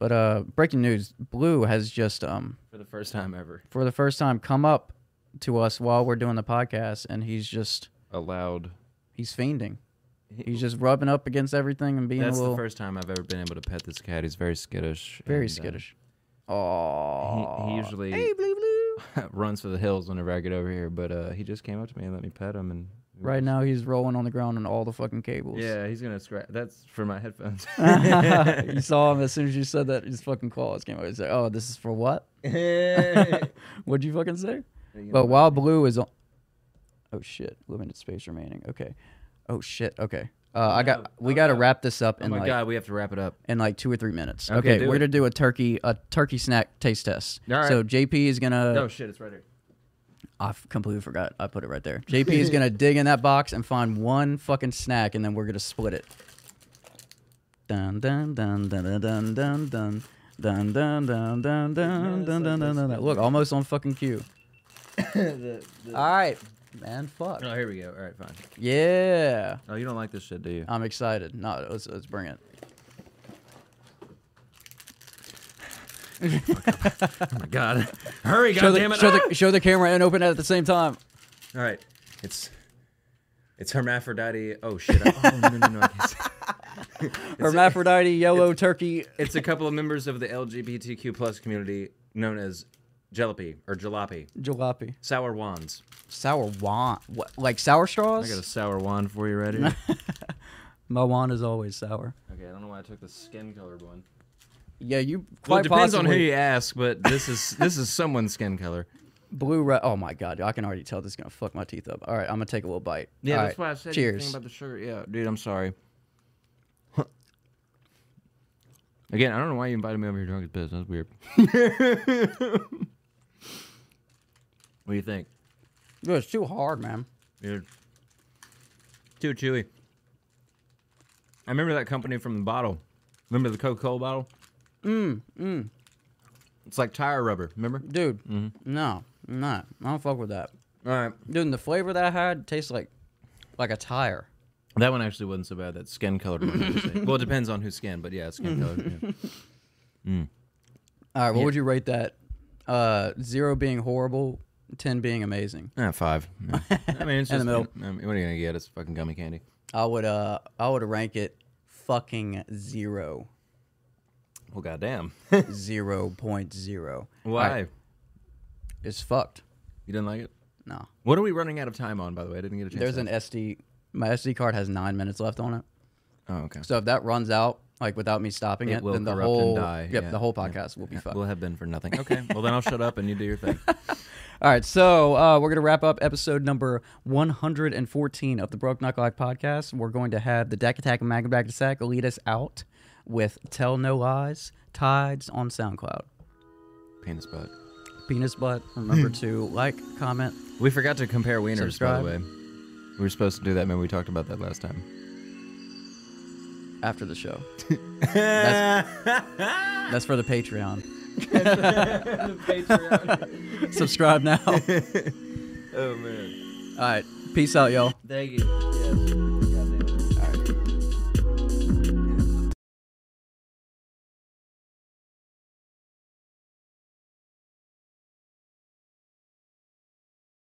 Speaker 2: But uh, breaking news: Blue has just um
Speaker 1: For the first time ever,
Speaker 2: for the first time come up to us while we're doing the podcast, and he's just
Speaker 1: allowed.
Speaker 2: he's fiending. He's just rubbing up against everything and being
Speaker 1: That's
Speaker 2: a little
Speaker 1: the first time I've ever been able to pet this cat. He's very skittish.
Speaker 2: very
Speaker 1: and, uh,
Speaker 2: skittish. Oh,
Speaker 1: he, he usually runs for the hills whenever I get over here, but uh, he just came up to me and let me pet him. And we were
Speaker 2: right
Speaker 1: just-
Speaker 2: now he's rolling on the ground on all the fucking cables.
Speaker 1: yeah, he's gonna scratch. That's for my headphones. Oh
Speaker 2: you saw him as soon as you said that. His fucking claws came out. He's like, "Oh, this is for what?" What'd you fucking say? But while blue is on, oh shit, limited space remaining. Okay, oh shit. Okay, uh, I got we got to wrap this up
Speaker 1: oh
Speaker 2: in
Speaker 1: my
Speaker 2: like
Speaker 1: god, we have to wrap it up.
Speaker 2: in like two or three minutes.
Speaker 1: Okay,
Speaker 2: Okay,
Speaker 1: do
Speaker 2: we're
Speaker 1: it.
Speaker 2: gonna do a turkey a turkey snack taste test.
Speaker 1: All right.
Speaker 2: So JP is gonna.
Speaker 1: oh shit, it's right here.
Speaker 2: I f- completely forgot. I put it right there. JP is gonna dig in that box and find one fucking snack, and then we're gonna split it. Dun dun dun dun dun dun dun dun dun dun dun dun dun dun dun dun dun. dun. Look, almost on fucking cue. All right, man. Fuck.
Speaker 1: Oh, here we go. All right, fine.
Speaker 2: Yeah,
Speaker 1: Oh, you don't like this shit, do you?
Speaker 2: I'm excited. No, let's let's bring it.
Speaker 1: oh my god, hurry,
Speaker 2: Show
Speaker 1: goddamn
Speaker 2: the,
Speaker 1: it!
Speaker 2: show
Speaker 1: Ah!
Speaker 2: the show the camera and open it at the same time.
Speaker 1: All right, it's it's hermaphrodite. Oh shit! I- oh no no no! I can't say-
Speaker 2: Hermaphrodite, yellow turkey.
Speaker 1: It's a couple of members of the LGBTQ plus community known as Jalopy or Jalopy.
Speaker 2: Jalopy.
Speaker 1: Sour wands.
Speaker 2: Sour wand. What? Like sour straws?
Speaker 1: I got a sour wand for you right here. okay,
Speaker 2: My wand is always sour.
Speaker 1: I don't know why I took the skin colored one.
Speaker 2: Yeah, you quite
Speaker 1: Well, it depends
Speaker 2: possibly
Speaker 1: on who you ask, but this is this is someone's skin color.
Speaker 2: blue red. Oh my god, I can already tell this is gonna fuck my teeth up. All right, I'm gonna take a little bite.
Speaker 1: Yeah,
Speaker 2: All
Speaker 1: that's
Speaker 2: right,
Speaker 1: why I said
Speaker 2: cheers.
Speaker 1: anything about the sugar. Yeah, dude, I'm sorry. Again, I don't know why you invited me over here drunk as piss. That's weird. what do you think?
Speaker 2: Dude, it's too hard, man.
Speaker 1: Dude. Too chewy. I remember that company from the bottle. Remember the Coca Cola bottle?
Speaker 2: Mm, mm.
Speaker 1: It's like tire rubber. Remember?
Speaker 2: Dude, no, I'm not. I don't fuck with that.
Speaker 1: Mm-hmm. All right.
Speaker 2: Dude, and the flavor that I had tastes like like a tire.
Speaker 1: That one actually wasn't so bad. That skin colored one. I would say. well, it depends on whose skin, but yeah, skin colored. Yeah. Mm.
Speaker 2: All right, what
Speaker 1: Yeah.
Speaker 2: would you rate that? Uh, zero being horrible, ten being amazing.
Speaker 1: Ah, five. Yeah. I mean, it's
Speaker 2: In
Speaker 1: just.
Speaker 2: the middle.
Speaker 1: I mean, what are you gonna get? It's fucking gummy candy.
Speaker 2: I would uh I would rank it fucking zero.
Speaker 1: Well, goddamn.
Speaker 2: zero point zero.
Speaker 1: Why?
Speaker 2: I- it's fucked.
Speaker 1: You didn't like it?
Speaker 2: No.
Speaker 1: What are we running out of time on? By the way, I didn't get a chance.
Speaker 2: There's
Speaker 1: to-
Speaker 2: an SD. My SD card has nine minutes left on it.
Speaker 1: Oh, okay.
Speaker 2: So if that runs out like without me stopping it,
Speaker 1: It will
Speaker 2: then the
Speaker 1: corrupt and
Speaker 2: whole
Speaker 1: die.
Speaker 2: Yep,
Speaker 1: Yeah.
Speaker 2: the whole
Speaker 1: Yeah.
Speaker 2: podcast will be
Speaker 1: Yeah.
Speaker 2: fucked.
Speaker 1: We'll have been for nothing. Okay. Well, then I'll shut up and you do your thing.
Speaker 2: All right, so uh, we're going to wrap up episode number 114 of the Broke Knuckle Eye podcast. We're going to have the Deck Attack and Magnum Back Attack lead us out with Tell No Lies, Tides on SoundCloud.
Speaker 1: Penis butt.
Speaker 2: Penis butt, remember to like, comment.
Speaker 1: We forgot to compare wieners,
Speaker 2: Subscribe.
Speaker 1: by the way. We were supposed to do that. Remember, we talked about that last time.
Speaker 2: After the show. that's, that's for the Patreon. Subscribe now.
Speaker 1: Oh man.
Speaker 2: All right, peace out, y'all.
Speaker 1: Thank you.